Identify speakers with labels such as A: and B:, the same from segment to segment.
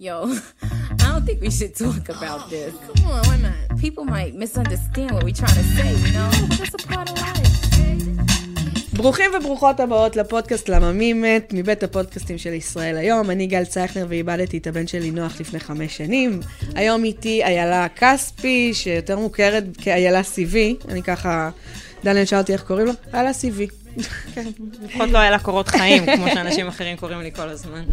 A: Yo, I don't think we should talk about this.
B: Oh, Come on, why not?
A: People might misunderstand what we're trying to say, you know? That's a part of life.
C: ברוכים וברוכות הבאות לפודקאסט למה מי מת, מבית הפודקאסטים של ישראל היום. אני גל צייכנר ואיבדתי את הבן שלי נוח לפני חמש שנים. היום איתי איילה כספי, שיותר מוכרת כאיילה סיבי. אני ככה, דניאל שאל אותי איך קוראים לו? איילה סיבי.
D: לפחות לא היה לה קורות חיים, כמו שאנשים אחרים קוראים לי כל הזמן.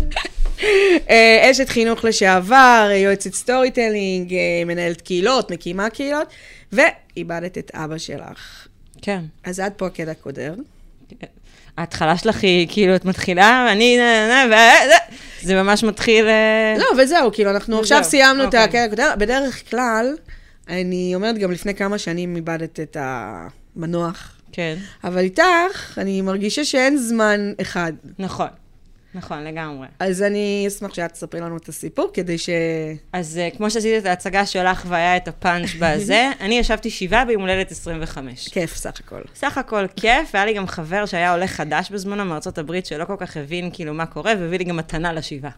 C: אה, אשת חינוך לשעבר, אה, יועצת סטורי טלינג, אה, מנהלת קהילות, מקימה קהילות, ואיבדת את אבא שלך.
D: כן.
C: אז את פה הקטע קודר.
D: ההתחלה שלך היא כאילו, את מתחילה, ואני... נה, נה, נה, ו- זה- זה ממש מתחיל... אה,
C: לא, וזהו, כאילו, אנחנו עכשיו
D: וזהו,
C: סיימנו את
D: אוקיי.
C: הקטע הקודם. בדרך כלל, אני אומרת, גם לפני כמה שנים איבדת את המנוח.
D: כן.
C: אבל איתך, אני מרגישה שאין זמן אחד.
D: נכון. נכון, לגמרי.
C: אז אני אשמח שאת תספרי לנו את הסיפור, כדי ש...
D: אז אה, כמו שעשית את ההצגה שלך והיה את הפאנץ' בזה, אני ישבתי שבעה ביום הולדת 25.
C: כיף סך הכל.
D: סך הכל כיף, והיה לי גם חבר שהיה עולה חדש בזמנו מארצות הברית, שלא כל כך הבין כאילו מה קורה, והביא לי גם מתנה לשבעה.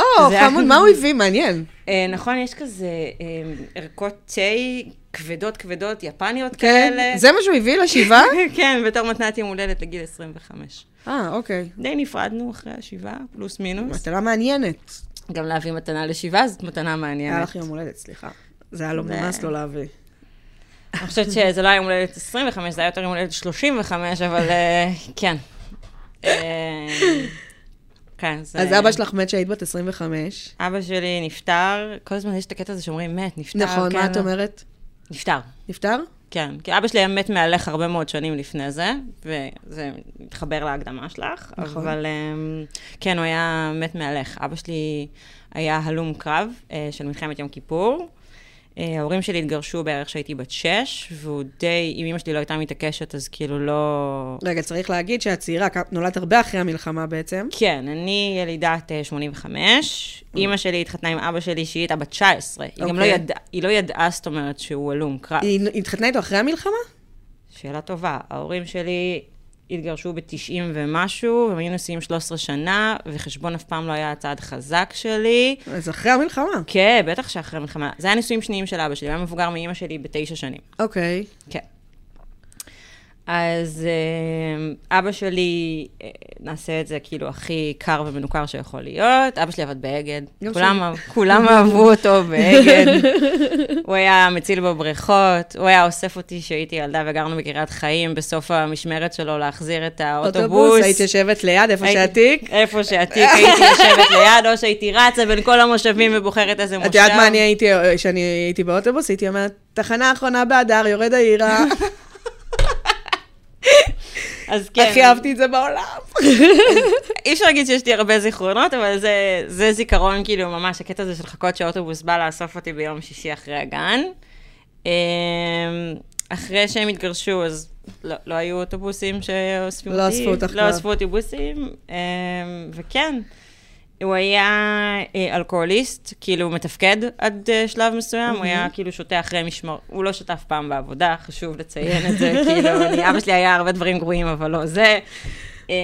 C: או,
D: זה-
C: חמוד, מה הוא הביא? מעניין.
D: אה, נכון, יש כזה אה, ערכות תה כבדות כבדות, יפניות
C: כן?
D: כאלה.
C: זה מה שהוא הביא לשבעה?
D: כן, בתור מתנת יום הולדת לגיל 25.
C: אה, אוקיי.
D: די נפרדנו אחרי השבעה, פלוס מינוס.
C: מתנה מעניינת.
D: גם להביא מתנה לשבעה זאת מתנה
C: היה
D: מעניינת.
C: לך יום הולדת, סליחה. זה היה לא
D: ו-
C: מומס לא להביא.
D: אני חושבת שזה לא היה יום הולדת 25, זה היה יותר יום הולדת 35, אבל אה, כן. אה, כן, זה...
C: אז אבא שלך מת שהיית בת 25.
D: אבא שלי נפטר, כל הזמן יש את הקטע הזה שאומרים מת, נפטר.
C: נכון,
D: כן,
C: מה את
D: לא."
C: אומרת?
D: נפטר.
C: נפטר?
D: כן, כי אבא שלי היה מת מהלך הרבה מאוד שנים לפני זה, וזה מתחבר להקדמה שלך,
C: נכון.
D: נכון. אבל אמ, כן, הוא היה מת מהלך. אבא שלי היה הלום קרב אה, של מלחמת יום כיפור. אה, ההורים שלי התגרשו בערך כשהייתי בת שש, והוא די, אם אמא שלי לא הייתה מתעקשת, אז כאילו לא...
C: רגע, צריך להגיד שאת צעירה, כ- נולדת הרבה אחרי המלחמה בעצם.
D: כן, אני ילידת אה, 85. אימא שלי התחתנה עם אבא שלי שהיא הייתה בת 19. היא גם לא
C: אוקיי.
D: ידעה, היא לא ידעה, זאת אומרת, שהוא הלום קרב.
C: היא היא התחתנה איתו אחרי המלחמה?
D: שאלה טובה. ההורים שלי התגרשו ב-90 ומשהו, הם היו נשואים 13 שנה, וחשבון אף פעם לא היה הצעד חזק שלי.
C: אז אחרי המלחמה.
D: כן, בטח שאחרי המלחמה. זה היה נישואים שניים של אבא שלי, הוא היה מבוגר מאימא שלי בתשע שנים.
C: אוקיי.
D: כן. אז אה, אבא שלי, אה, נעשה את זה כאילו הכי קר ומנוכר שיכול להיות. אבא שלי עבד באגד.
C: גם
D: כולם, כולם אהבו אותו באגד. הוא היה מציל בבריכות, הוא היה אוסף אותי כשהייתי ילדה וגרנו בקריית חיים בסוף המשמרת שלו להחזיר את האוטובוס.
C: היית יושבת ליד, איפה
D: הייתי-
C: שהתיק?
D: איפה שהתיק הייתי יושבת ליד, או שהייתי רצה בין כל המושבים ובוחרת איזה מושב.
C: את יודעת מה אני הייתי, כשאני הייתי באוטובוס, הייתי אומרת, תחנה אחרונה באדר, יורד העירה,
D: אז כן.
C: הכי אהבתי את זה בעולם.
D: אי אפשר להגיד שיש לי הרבה זיכרונות, אבל זה, זה זיכרון, כאילו, ממש, הקטע הזה של לחכות שהאוטובוס בא לאסוף אותי ביום שישי אחרי הגן. אמ, אחרי שהם התגרשו, אז לא, לא היו אוטובוסים שאוספים
C: לא
D: אותי.
C: אספו אותך כבר.
D: לא אספו אוטובוסים, אמ, וכן. הוא היה אה, אלכוהוליסט, כאילו מתפקד עד אה, שלב מסוים, הוא היה
C: אוקיי.
D: כאילו שותה אחרי משמר, הוא לא שתה אף פעם בעבודה, חשוב לציין את זה, כאילו, אני, אבא שלי היה הרבה דברים גרועים, אבל לא זה. אמ,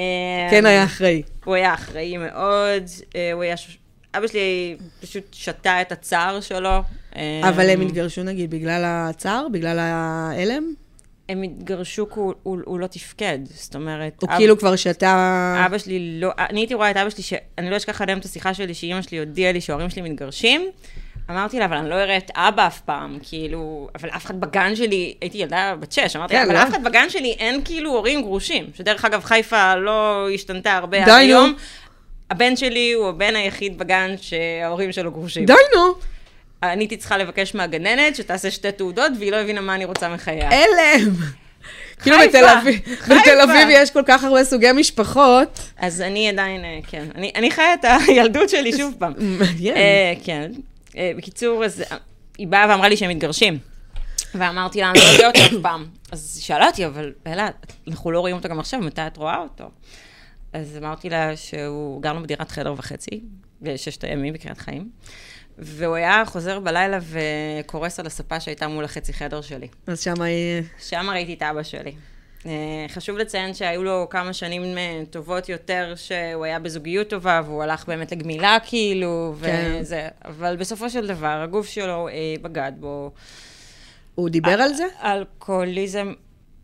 C: כן, היה אחרי.
D: הוא היה אחראי מאוד, אה, הוא היה... ש- אבא שלי פשוט שתה את הצער שלו. אה,
C: אבל הם התגרשו נגיד בגלל הצער, בגלל ההלם?
D: הם התגרשו כי הוא, הוא, הוא לא תפקד, זאת אומרת...
C: הוא
D: אב-
C: כאילו כבר שתה...
D: אבא שלי לא... אני הייתי רואה את אבא שלי, שאני לא אשכח עד היום את השיחה שלי, שאימא שלי הודיעה לי שההורים שלי מתגרשים. אמרתי לה, אבל אני לא אראה את אבא אף פעם, כאילו, אבל אף אחד בגן שלי, הייתי ילדה בת שש, אמרתי לה,
C: כן,
D: אבל
C: לא?
D: אף אחד בגן שלי אין כאילו הורים גרושים, שדרך אגב, חיפה לא השתנתה הרבה עד
C: די, נו.
D: היום. הבן שלי הוא הבן היחיד בגן שההורים שלו גרושים.
C: די נו,
D: אני הייתי צריכה לבקש מהגננת שתעשה שתי תעודות, והיא לא הבינה מה אני רוצה מחייה.
C: הלם. כאילו
D: חיפה,
C: בתל אביב,
D: חיפה.
C: בתל אביב יש כל כך הרבה סוגי משפחות.
D: אז אני עדיין, אה, כן, אני, אני חיה את הילדות שלי שוב פעם.
C: מעניין.
D: אה, כן. אה, בקיצור, אז אה, היא באה ואמרה לי שהם מתגרשים. ואמרתי לה, אני לא רואה אותו אף פעם. אז היא שאלה אותי, אבל אלה, אנחנו לא רואים אותו גם עכשיו, מתי את רואה אותו? אז אמרתי לה שהוא, גרנו בדירת חדר וחצי, בששת הימים בקריית חיים, והוא היה חוזר בלילה וקורס על הספה שהייתה מול החצי חדר שלי.
C: אז שם היא...
D: שם ראיתי את אבא שלי. אה, חשוב לציין שהיו לו כמה שנים אה, טובות יותר, שהוא היה בזוגיות טובה, והוא הלך באמת לגמילה, כאילו,
C: כן.
D: וזה. אבל בסופו של דבר, הגוף שלו אה, בגד בו.
C: הוא
D: אה,
C: דיבר על זה?
D: אלכוהוליזם,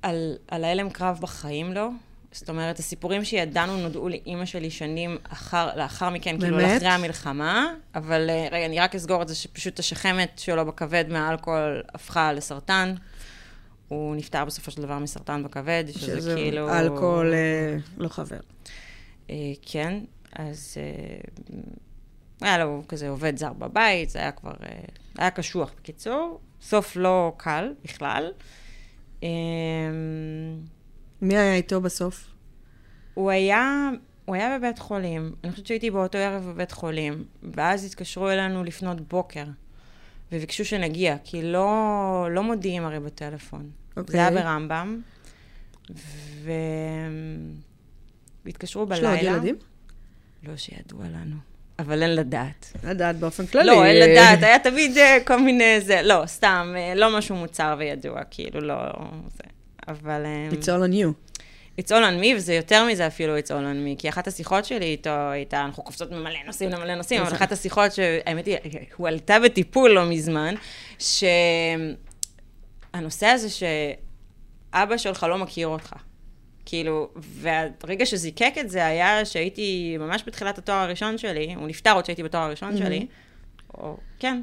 D: על, על ההלם קרב בחיים לא. זאת אומרת, הסיפורים שידענו נודעו לאימא שלי שנים אחר, לאחר מכן, כאילו
C: באמת?
D: לאחרי המלחמה, אבל אה, רגע, אני רק אסגור את זה שפשוט השחמת שלו בכבד מהאלכוהול הפכה לסרטן. הוא נפטר בסופו של דבר מסרטן בכבד, שזה, שזה כאילו...
C: אלכוהול אה, לא חבר.
D: אה, כן, אז אה, היה לו כזה עובד זר בבית, זה היה כבר, אה, היה קשוח בקיצור. סוף לא קל בכלל. אה,
C: מי היה איתו בסוף?
D: הוא היה, הוא היה בבית חולים, אני חושבת שהייתי באותו ערב בבית חולים, ואז התקשרו אלינו לפנות בוקר, וביקשו שנגיע, כי לא, לא מודיעים הרי בטלפון.
C: אוקיי.
D: זה היה ברמב"ם, ו- והתקשרו
C: יש
D: בלילה.
C: לו עוד ילדים?
D: לא שידוע לנו. אבל אין לדעת.
C: לדעת באופן כללי.
D: לא, אין לדעת, היה תמיד אה, כל מיני זה, לא, סתם, אה, לא משהו מוצר וידוע, כאילו, לא, זה. אבל... אה,
C: It's all on you.
D: It's all on me, וזה יותר מזה אפילו It's all on me, כי אחת השיחות שלי איתו הייתה, אנחנו קופצות ממלא נושאים למלא נושאים, אבל אחת השיחות שהאמת היא, הוא עלתה בטיפול לא מזמן, שהנושא הזה שאבא שלך לא מכיר אותך. כאילו, והרגע שזיקק את זה היה שהייתי ממש בתחילת התואר הראשון שלי, הוא נפטר עוד שהייתי בתואר הראשון שלי, או, כן,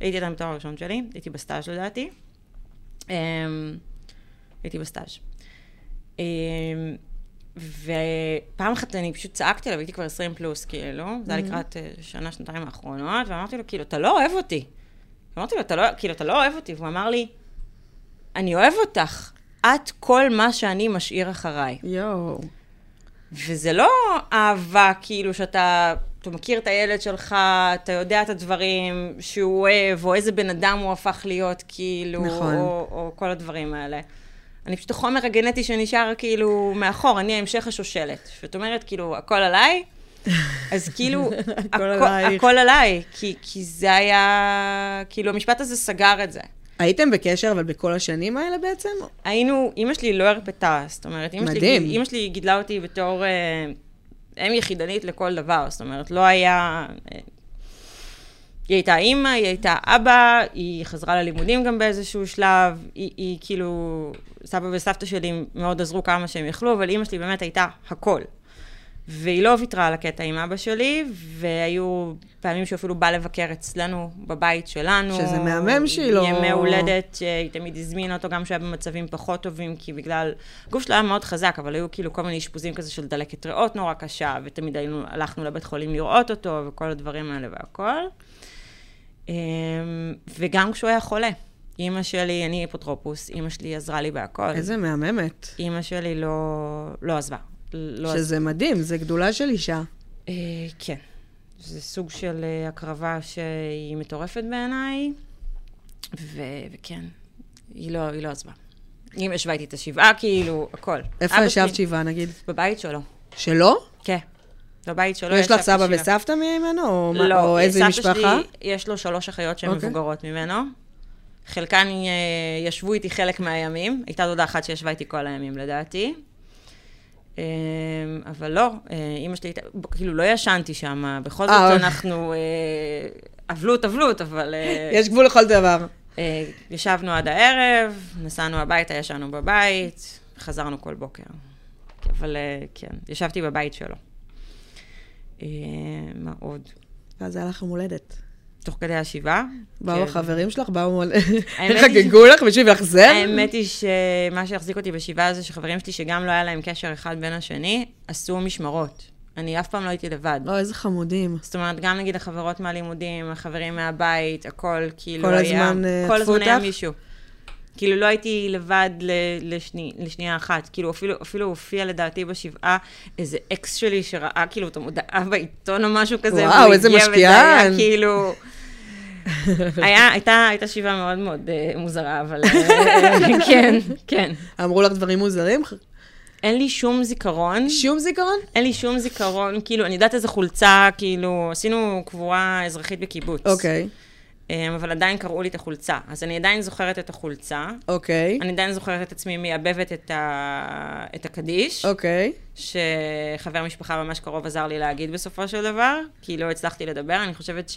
D: הייתי עדיין בתואר הראשון שלי, הייתי בסטאז' לדעתי. אמ, הייתי בסטאז'. אמ, ופעם אחת אני פשוט צעקתי עליו, הייתי כבר 20 פלוס, כאילו, זה היה לקראת אה, שנה, שנתיים האחרונות, ואמרתי לו, כאילו, אתה לא אוהב אותי. אמרתי לו, אתה לא, כאילו, אתה לא אוהב אותי, והוא אמר לי, אני אוהב אותך, את כל מה שאני משאיר אחריי.
C: יואו.
D: וזה לא אהבה, כאילו, שאתה... אתה מכיר את הילד שלך, אתה יודע את הדברים שהוא אוהב, או איזה בן אדם הוא הפך להיות, כאילו,
C: נכון.
D: או, או כל הדברים האלה. אני פשוט החומר הגנטי שנשאר, כאילו, מאחור, אני ההמשך השושלת. זאת אומרת, כאילו, הכל עליי, אז כאילו,
C: הכל
D: הכל,
C: עלייך.
D: הכל עליי, כי, כי זה היה, כאילו, המשפט הזה סגר את זה.
C: הייתם בקשר אבל בכל השנים האלה בעצם?
D: היינו, אימא שלי לא הרפתה, זאת אומרת, אימא שלי,
C: מדהים.
D: אימא שלי גידלה אותי בתור אה, אם יחידנית לכל דבר, זאת אומרת, לא היה... אה, היא הייתה אימא, היא הייתה אבא, היא חזרה ללימודים גם באיזשהו שלב, היא, היא כאילו, סבא וסבתא שלי מאוד עזרו כמה שהם יכלו, אבל אימא שלי באמת הייתה הכל. והיא לא ויתרה על הקטע עם אבא שלי, והיו פעמים שהוא אפילו בא לבקר אצלנו, בבית שלנו.
C: שזה מהמם שהיא לא-
D: ימי הולדת, שהיא תמיד הזמינה אותו, גם כשהיה במצבים פחות טובים, כי בגלל... הגוף שלו היה מאוד חזק, אבל היו כאילו כל מיני אשפוזים כזה של דלקת ריאות נורא קשה, ותמיד היינו, הלכנו לבית חולים לראות אותו, וכל הדברים האלה והכל. אמ, וגם כשהוא היה חולה. אימא שלי, אני היפוטרופוס, אימא שלי עזרה לי בהכל.
C: איזה מהממת.
D: אימא שלי לא, לא עזבה. לא עזבה.
C: שזה מדהים, זה גדולה של אישה.
D: אה, כן. זה סוג של אה, הקרבה שהיא מטורפת בעיניי, ו- וכן, היא לא, היא לא עזבה. אם ישבה איתי את השבעה, כאילו, הכל.
C: איפה
D: אבא
C: ישבת
D: שלי-
C: שבעה נגיד?
D: בבית שלו,
C: שלו?
D: כן. בבית שלו
C: יש לך
D: ישבתי
C: סבא
D: שבעה.
C: וסבתא ממנו? או מה-
D: לא,
C: או איזה
D: סבתא
C: משפחה?
D: שלי, יש לו שלוש אחיות שהן
C: אוקיי.
D: מבוגרות ממנו. חלקן אה, ישבו איתי חלק מהימים. הייתה דודה אחת שישבה איתי כל הימים, לדעתי. אה, אבל לא, אה, אימא שלי הייתה, כאילו, לא ישנתי שם.
C: אה,
D: בכל זאת
C: אוקיי.
D: אנחנו... אה, אבלות, אבלות, אבל... אה,
C: יש גבול לכל דבר.
D: אה, ישבנו עד הערב, נסענו הביתה, ישנו בבית, חזרנו כל בוקר. אבל אה, כן, ישבתי בבית שלו. אה, מה עוד?
C: ואז היה לך יום הולדת.
D: תוך כדי השבעה.
C: באו
D: כן.
C: החברים שלך, באו... מול-
D: האמת היא-
C: חגגו לך בשביל לחזר?
D: האמת היא שמה שהחזיק אותי בשבעה זה שחברים שלי, שגם לא היה להם קשר אחד בין השני, עשו משמרות. אני אף פעם לא הייתי לבד.
C: לא, איזה חמודים.
D: זאת אומרת, גם נגיד החברות מהלימודים, החברים מהבית, הכל כאילו
C: כל
D: היה...
C: הזמן, אה,
D: כל
C: עטפו
D: הזמן היה
C: אותך?
D: מישהו. כאילו, לא הייתי לבד ל, לשני, לשנייה אחת. כאילו, אפילו, אפילו הופיע לדעתי בשבעה איזה אקס שלי שראה כאילו את המודעה בעיתון או משהו כזה.
C: וואו,
D: והוא
C: איזה
D: הגיע, וזה היה
C: משפיען.
D: כאילו... היה, הייתה, הייתה שבעה מאוד מאוד אה, מוזרה, אבל אה, כן, כן.
C: אמרו לך דברים מוזרים?
D: אין לי שום זיכרון.
C: שום זיכרון?
D: אין לי שום זיכרון, כאילו, אני יודעת איזה חולצה, כאילו, עשינו קבורה אזרחית בקיבוץ.
C: אוקיי.
D: Um, אה, אבל עדיין קראו לי את החולצה. אז אני עדיין זוכרת את החולצה,
C: אוקיי,
D: אני עדיין זוכרת את עצמי מייבבת את, ה... את הקדיש,
C: אוקיי.
D: שחבר משפחה ממש קרוב עזר לי להגיד בסופו של דבר, כי לא הצלחתי לדבר. אני חושבת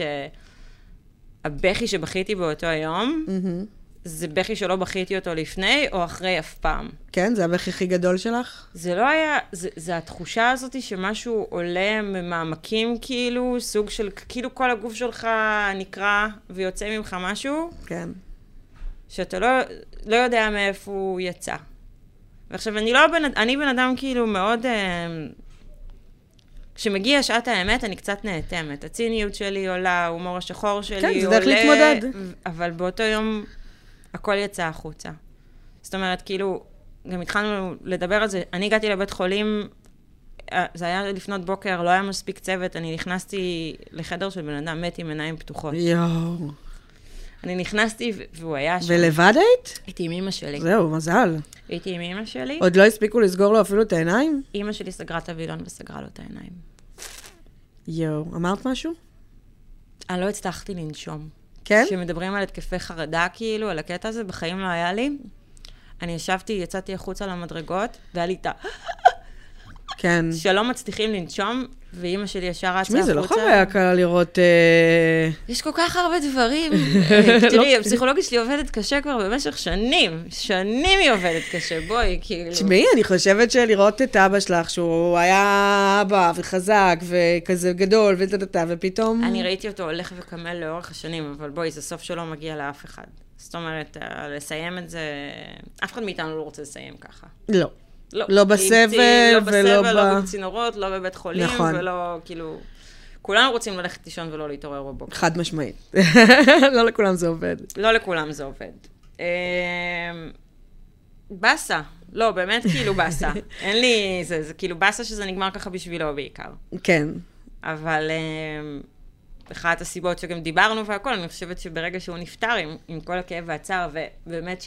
D: שהבכי שבכיתי באותו היום,
C: מהמם.
D: זה בכי שלא בכיתי אותו לפני או אחרי אף פעם.
C: כן, זה הבכי הכי גדול שלך?
D: זה לא היה, זה, זה התחושה הזאת שמשהו עולה ממעמקים כאילו, סוג של, כאילו כל הגוף שלך נקרע ויוצא ממך משהו,
C: כן.
D: שאתה לא, לא יודע מאיפה הוא יצא. ועכשיו, אני לא בן אדם, אני בן אדם כאילו מאוד... אה, כשמגיע שעת האמת, אני קצת נאטמת. הציניות שלי עולה, ההומור השחור שלי
C: כן,
D: עולה.
C: זה דרך להתמודד.
D: ו- אבל באותו יום הכל יצא החוצה. זאת אומרת, כאילו, גם התחלנו לדבר על זה. אני הגעתי לבית חולים, אה, זה היה לפנות בוקר, לא היה מספיק צוות, אני נכנסתי לחדר של בן אדם מת עם עיניים פתוחות.
C: יואו.
D: אני נכנסתי ו- והוא היה שם.
C: ולבד היית?
D: הייתי עם אימא שלי.
C: זהו, מזל.
D: הייתי עם אימא שלי.
C: עוד לא הספיקו לסגור לו אפילו את העיניים?
D: אימא שלי סגרה את הווילון וסגרה לו את העיניים.
C: יואו. אמרת משהו?
D: אני לא הצלחתי לנשום.
C: כן?
D: כשמדברים על התקפי חרדה, כאילו, על הקטע הזה, בחיים לא היה לי. אני ישבתי, יצאתי החוצה למדרגות, והיה לי את ה...
C: כן.
D: שלא מצליחים לנשום, ואימא שלי ישר רצה החוצה.
C: תשמעי, זה לא חוויה קלה לראות... אה,
D: יש כל כך הרבה דברים.
C: לא.
D: אה, תראי, הפסיכולוגית שלי עובדת קשה כבר במשך שנים. שנים היא עובדת קשה, בואי, כאילו.
C: תשמעי, אני חושבת שלראות את אבא שלך, שהוא היה אבא וחזק וכזה גדול וטטטה, ופתאום...
D: אני ראיתי אותו הולך וקמל לאורך השנים, אבל בואי, זה סוף שלא מגיע לאף אחד. זאת אומרת, אה, לסיים את זה... אף אחד מאיתנו לא רוצה לסיים ככה.
C: לא. לא
D: לעיתים,
C: בסבל
D: לא
C: ולא
D: בסבל, לא
C: ב-
D: בצינורות, לא בבית חולים,
C: נכון.
D: ולא, כאילו... כולנו רוצים ללכת לישון ולא להתעורר בבוקר.
C: חד משמעית. לא לכולם זה עובד.
D: לא לכולם זה עובד. אמ, באסה. לא, באמת כאילו באסה. אין לי... זה, זה כאילו באסה שזה נגמר ככה בשבילו בעיקר.
C: כן.
D: אבל אמ, אחת הסיבות שגם דיברנו והכל, אני חושבת שברגע שהוא נפטר, עם, עם כל הכאב והצער, ובאמת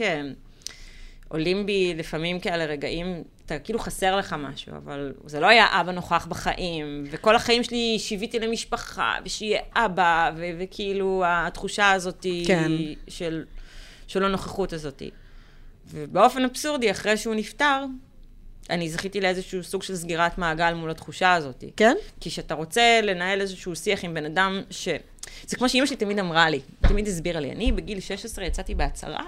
D: שעולים בי לפעמים כאלה רגעים, אתה כאילו חסר לך משהו, אבל זה לא היה אבא נוכח בחיים, וכל החיים שלי שיוויתי למשפחה, ושיהיה אבא, ו- וכאילו התחושה הזאת
C: כן.
D: של, של הנוכחות הזאת. ובאופן אבסורדי, אחרי שהוא נפטר, אני זכיתי לאיזשהו סוג של סגירת מעגל מול התחושה הזאת.
C: כן?
D: כי כשאתה רוצה לנהל איזשהו שיח עם בן אדם ש... זה כמו שאימא שלי תמיד אמרה לי, תמיד הסבירה לי. אני בגיל 16 יצאתי בהצהרה,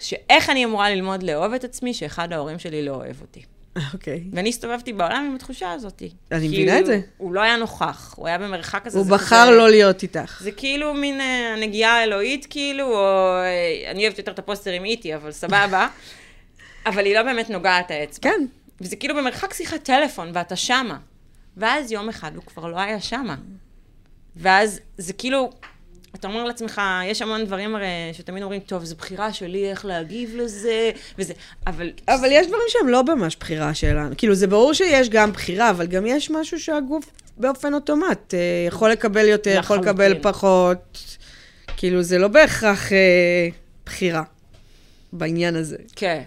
D: שאיך אני אמורה ללמוד לאהוב את עצמי, שאחד ההורים שלי לא אוהב אותי.
C: אוקיי.
D: ואני הסתובבתי בעולם עם התחושה הזאת.
C: אני
D: כי
C: מבינה את זה.
D: הוא- הוא לא היה נוכח, הוא היה במרחק כזה.
C: הוא
D: זה
C: בחר
D: כזה-
C: לא להיות איתך.
D: זה כאילו מין אה, הנגיעה האלוהית, כאילו, או... אה, אני אוהבת יותר את הפוסטר עם איטי, אבל סבבה. אבל היא לא באמת נוגעת האצבע.
C: כן.
D: וזה כאילו במרחק שיחת טלפון, ואתה שמה. ואז יום אחד הוא כבר לא היה שמה. ואז זה כאילו, אתה אומר לעצמך, יש המון דברים הרי שתמיד אומרים, טוב, זו בחירה שלי איך להגיב לזה, וזה, אבל...
C: אבל יש דברים שהם לא ממש בחירה שלנו. כאילו, זה ברור שיש גם בחירה, אבל גם יש משהו שהגוף באופן אוטומט אה, יכול לקבל יותר, יכול
D: לחלוטין.
C: לקבל פחות. כאילו, זה לא בהכרח אה, בחירה בעניין הזה.
D: כן.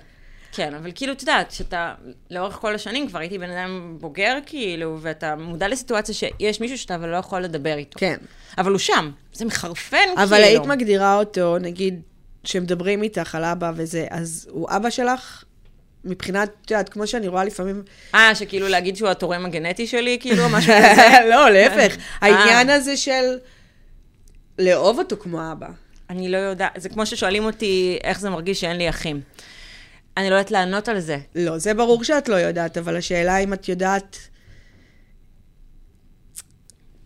D: כן, אבל כאילו, את יודעת, שאתה, לאורך כל השנים כבר הייתי בן אדם בוגר, כאילו, ואתה מודע לסיטואציה שיש מישהו שאתה אבל לא יכול לדבר איתו.
C: כן.
D: אבל הוא שם, זה מחרפן, כאילו.
C: אבל היית מגדירה אותו, נגיד, כשמדברים איתך על אבא וזה, אז הוא אבא שלך? מבחינת, את יודעת, כמו שאני רואה לפעמים...
D: אה, שכאילו להגיד שהוא התורם הגנטי שלי, כאילו, או משהו כזה.
C: לא, להפך.
D: אה.
C: העניין הזה של לאהוב אותו כמו אבא.
D: אני לא יודעת, זה כמו ששואלים אותי איך זה מרגיש שאין לי אחים. אני לא יודעת לענות על זה.
C: לא, זה ברור שאת לא יודעת, אבל השאלה אם את יודעת...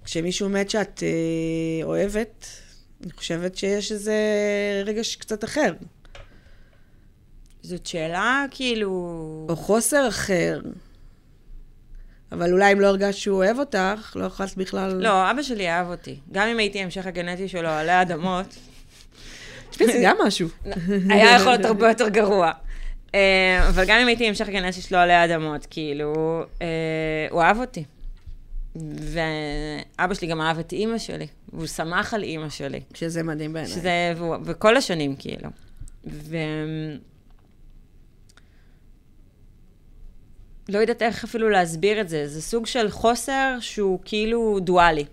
C: כשמישהו מת שאת אה, אוהבת, אני חושבת שיש איזה רגש קצת אחר,
D: זאת שאלה, כאילו...
C: או חוסר אחר. אבל אולי אם לא הרגשת שהוא אוהב אותך, לא יכולת בכלל...
D: לא, אבא שלי אהב אותי. גם אם הייתי המשך הגנטי שלו עלי אדמות,
C: תשמעי, זה גם משהו.
D: היה יכול להיות הרבה יותר גרוע. אה, אבל גם אם הייתי המשך הגנטי שלו עלי אדמות, כאילו, אה, הוא אהב אותי. ואבא שלי גם אהב את אימא שלי, והוא שמח על אימא שלי.
C: שזה מדהים בעיניי.
D: שזה,
C: אוקיי.
D: והוא- וכל השנים, כאילו. ו... לא יודעת איך אפילו להסביר את זה. זה סוג של חוסר שהוא כאילו דואלי.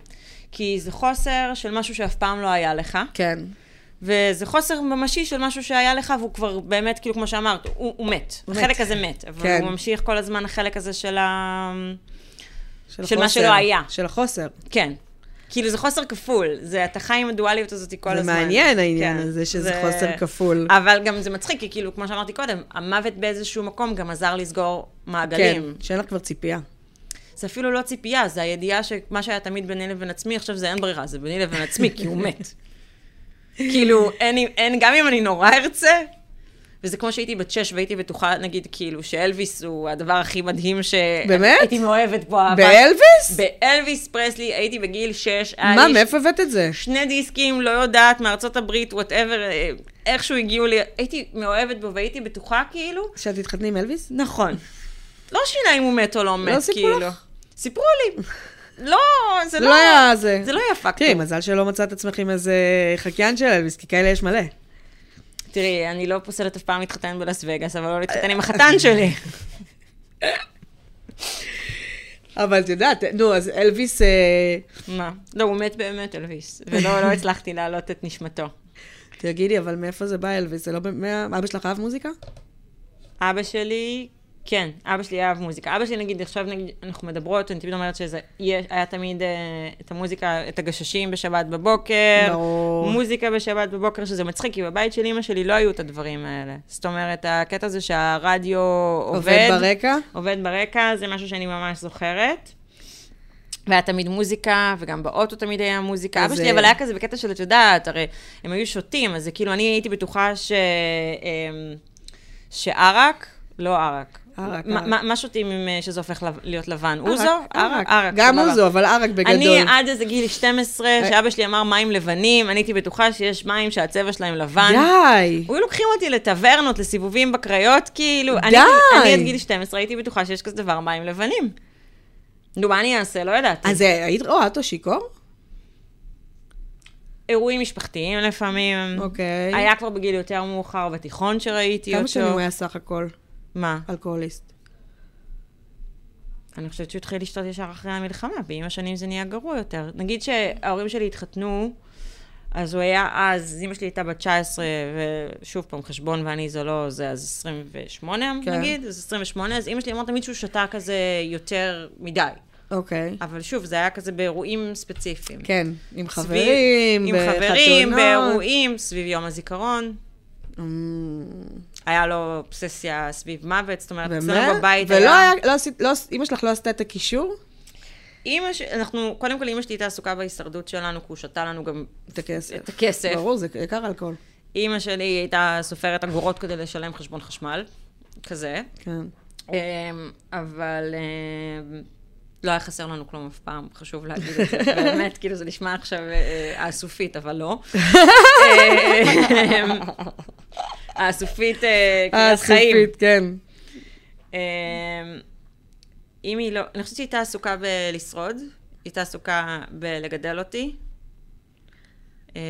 D: כי זה חוסר של משהו שאף פעם לא היה לך,
C: כן.
D: וזה חוסר ממשי של משהו שהיה לך, והוא כבר באמת, כאילו, כמו שאמרת, הוא, הוא מת.
C: הוא
D: החלק
C: מת.
D: הזה מת, אבל
C: כן.
D: הוא ממשיך כל הזמן החלק הזה של ה... של
C: החוסר.
D: מה שלא היה.
C: של החוסר.
D: כן. כאילו, זה חוסר כפול. זה, אתה חי עם הדואליות הזאת כל
C: זה
D: הזמן. כן.
C: מעניין העניין הזה שזה חוסר כפול.
D: אבל גם זה מצחיק, כי כאילו, כמו שאמרתי קודם, המוות באיזשהו מקום גם עזר לסגור
C: כן,
D: מעגלים.
C: שאין לך כבר ציפייה.
D: זה אפילו לא ציפייה, זה הידיעה שמה שהיה תמיד ביני לבין עצמי, עכשיו זה אין ברירה, זה ביני לבין עצמי, כי הוא מת. כאילו, אין, אין, גם אם אני נורא ארצה, וזה כמו שהייתי בת שש והייתי בטוחה, נגיד, כאילו, שאלוויס הוא הדבר הכי מדהים ש...
C: באמת?
D: הייתי מאוהבת בו אהבה.
C: באלוויס?
D: באלוויס פרסלי, הייתי בגיל שש. היה
C: מה,
D: לי
C: מאיפה הבאת את זה?
D: שני דיסקים, לא יודעת, מארצות הברית, וואטאבר, איכשהו הגיעו לי, הייתי מאוהבת בו והייתי בטוחה, כאילו,
C: שאת תתחתני עם אלוויס?
D: נכון. לא שינה אם הוא מת או לא מת,
C: סיפרו
D: כאילו.
C: לך?
D: סיפרו לי. לא, זה לא...
C: לא היה זה.
D: זה לא היה פקטור.
C: תראי, מזל שלא מצאת עצמך עם איזה חקיין של אלוויס, כי כאלה יש מלא.
D: תראי, אני לא פוסלת אף פעם להתחתן בלאס וגאס, אבל לא להתחתן עם החתן שלי.
C: אבל את יודעת, נו, אז אלוויס... אה,
D: מה? לא, הוא מת באמת, אלוויס. ולא לא הצלחתי להעלות את נשמתו.
C: תגידי, אבל מאיפה זה בא אלוויס? זה לא... ב- מה- אבא שלך אהב מוזיקה?
D: אבא שלי, כן, אבא שלי אהב מוזיקה. אבא שלי, נגיד, עכשיו, נגיד, אנחנו מדברות, אני תמיד אומרת שזה יש- היה תמיד אה, את המוזיקה, את הגששים בשבת בבוקר.
C: ברור.
D: מוזיקה בשבת בבוקר, שזה מצחיק, כי בבית של אימא שלי לא היו את הדברים האלה. זאת אומרת, הקטע זה שהרדיו עובד.
C: עובד ברקע?
D: עובד ברקע, זה משהו שאני ממש זוכרת. והיה תמיד מוזיקה, וגם באוטו תמיד היה מוזיקה.
C: אז,
D: אבא
C: אה,
D: שלי, אבל היה כזה בקטע של, את יודעת, הרי הם היו שותים, אז זה כאילו, אני הייתי בטוחה ש... אמ, שערק, לא ערק.
C: ערק,
D: מה-
C: ערק.
D: מה מה שותים עם, אה, שזה הופך לב- להיות לבן? אוזו?
C: ערק, ערק.
D: אה, ערק.
C: גם
D: סבבה.
C: אוזו, אבל ערק בגדול. אה.
D: אני אה, עד איזה גיל 12, שאבא שלי אמר מים לבנים, אני הייתי בטוחה שיש מים שהצבע שלהם לבן.
C: די!
D: היו לוקחים אותי לטברנות, לסיבובים בקריות, כאילו, אני,
C: די.
D: אני עד גיל 12 הייתי בטוחה שיש כזה דבר מים לבנים. נו, מה אני אעשה? לא ידעתי.
C: אז אה, היית רואה אותו שיכור?
D: אירועים משפחתיים לפעמים.
C: אוקיי.
D: אה, היה כבר בגיל יותר מאוחר בתיכון שראיתי
C: כמה
D: אותו.
C: שנים הוא היה סך הכל
D: מה?
C: אלכוהוליסט?
D: אני חושבת שהוא התחיל לשתות ישר אחרי המלחמה, ועם השנים זה נהיה גרוע יותר. נגיד
C: כן.
D: שההורים שלי התחתנו, אז הוא היה אז, אמא שלי הייתה בת 19, ושוב פעם, חשבון ואני זה לא זה, אז 28
C: כן.
D: כן. נגיד, אז 28, אז אמא שלי אמרה תמיד שהוא שתה כזה יותר מדי.
C: אוקיי.
D: אבל שוב, זה היה כזה באירועים ספציפיים.
C: כן, עם
D: סביב-
C: חברים,
D: עם חברים,
C: בחתונות.
D: באירועים, סביב יום הזיכרון.
C: אמ,
D: היה לו אובססיה סביב מוות, זאת אומרת, אצלנו
C: באמת?
D: בבית
C: ולא היה, לא עשית, לא, עש- אמא שלך לא עשתה את הקישור?
D: אימא ש... אנחנו, קודם כל, אימא שלי הייתה עסוקה בהישרדות שלנו, כי הוא שתה לנו גם
C: את הכסף.
D: את הכסף.
C: ברור, זה יקר אלכוהול.
D: אימא שלי הייתה סופרת אגורות כדי לשלם חשבון חשמל, כזה.
C: כן.
D: אמ, אבל אמ, לא היה חסר לנו כלום אף פעם, חשוב להגיד את זה. באמת, כאילו, זה נשמע עכשיו אה, האסופית, אבל לא. אמ, האסופית, אה, קריאת חיים.
C: סופית, כן.
D: אמ, אם היא לא, אני חושבת שהיא הייתה עסוקה בלשרוד, היא הייתה עסוקה בלגדל אותי. אמ,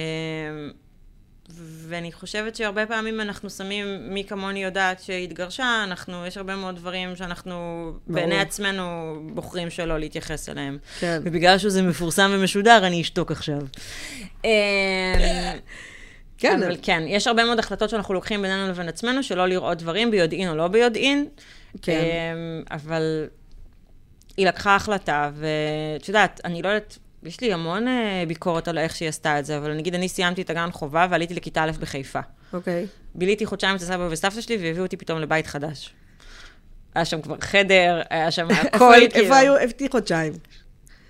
D: ואני חושבת שהרבה פעמים אנחנו שמים, מי כמוני יודעת שהיא התגרשה, אנחנו, יש הרבה מאוד דברים שאנחנו
C: ברור.
D: בעיני עצמנו בוחרים שלא להתייחס אליהם.
C: כן.
D: ובגלל שזה מפורסם ומשודר, אני אשתוק עכשיו. אמ,
C: כן,
D: אבל כן, יש הרבה מאוד החלטות שאנחנו לוקחים בינינו לבין עצמנו, שלא לראות דברים ביודעין או לא ביודעין.
C: כן.
D: אמ, אבל היא לקחה החלטה, ואת יודעת, אני לא יודעת, יש לי המון אה, ביקורת על איך שהיא עשתה את זה, אבל נגיד אני סיימתי את הגן חובה ועליתי לכיתה א' בחיפה.
C: אוקיי.
D: ביליתי חודשיים אצל סבא וסבתא שלי והביאו אותי פתאום לבית חדש. היה שם כבר חדר, היה שם הכל,
C: איפה-
D: כאילו.
C: איפה היו? הבטיח חודשיים.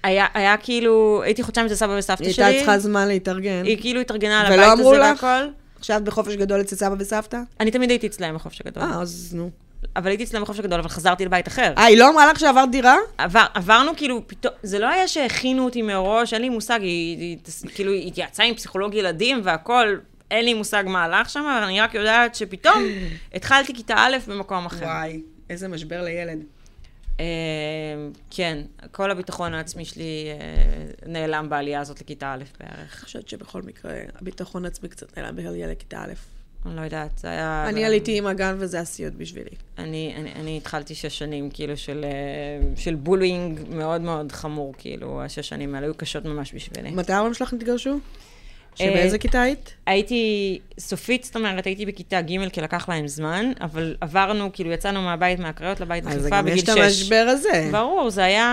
D: היה, היה כאילו, הייתי חודשיים אצל סבא וסבתא
C: היא
D: שלי.
C: הייתה צריכה זמן להתארגן.
D: היא כאילו התארגנה על
C: ולא
D: הבית הזה
C: אמרו לך?
D: והכל.
C: עכשיו בחופש גדול אצל סבא וסבתא?
D: אני תמיד הייתי אצלהם בחופש הגדול.
C: אה, אז נו.
D: אבל הייתי אצלם בחופש הגדול, אבל חזרתי לבית אחר.
C: אה, היא לא אמרה לך שעברת דירה?
D: עבר, עברנו כאילו, פתאום, זה לא היה שהכינו אותי מראש, אין לי מושג, היא, היא תס- כאילו היא התייעצה עם פסיכולוג ילדים והכל, אין לי מושג מה הלך שם, אבל אני רק יודעת שפתאום התחלתי כיתה א' במקום אחר.
C: וואי, איזה משבר לילד.
D: אה, כן, כל הביטחון העצמי שלי אה, נעלם בעלייה הזאת לכיתה א' בערך.
C: אני חושבת שבכל מקרה, הביטחון העצמי קצת נעלם בילד לכיתה א'.
D: אני לא יודעת, זה היה...
C: אני
D: זה-
C: עליתי עם הגן וזה הסיוט בשבילי.
D: אני, אני, אני התחלתי שש שנים, כאילו, של, אה, של בולינג מאוד מאוד חמור, כאילו, השש שנים האלה היו קשות ממש בשבילי.
C: מתי ההורים שלך התגרשו? שבאיזה כיתה היית?
D: הייתי סופית, זאת אומרת, הייתי בכיתה ג' כי לקח להם זמן, אבל עברנו, כאילו יצאנו מהבית, מהקריות לבית
C: אז
D: בחיפה
C: אה, גם
D: בגיל
C: יש
D: שש.
C: את המשבר הזה.
D: ברור, זה היה...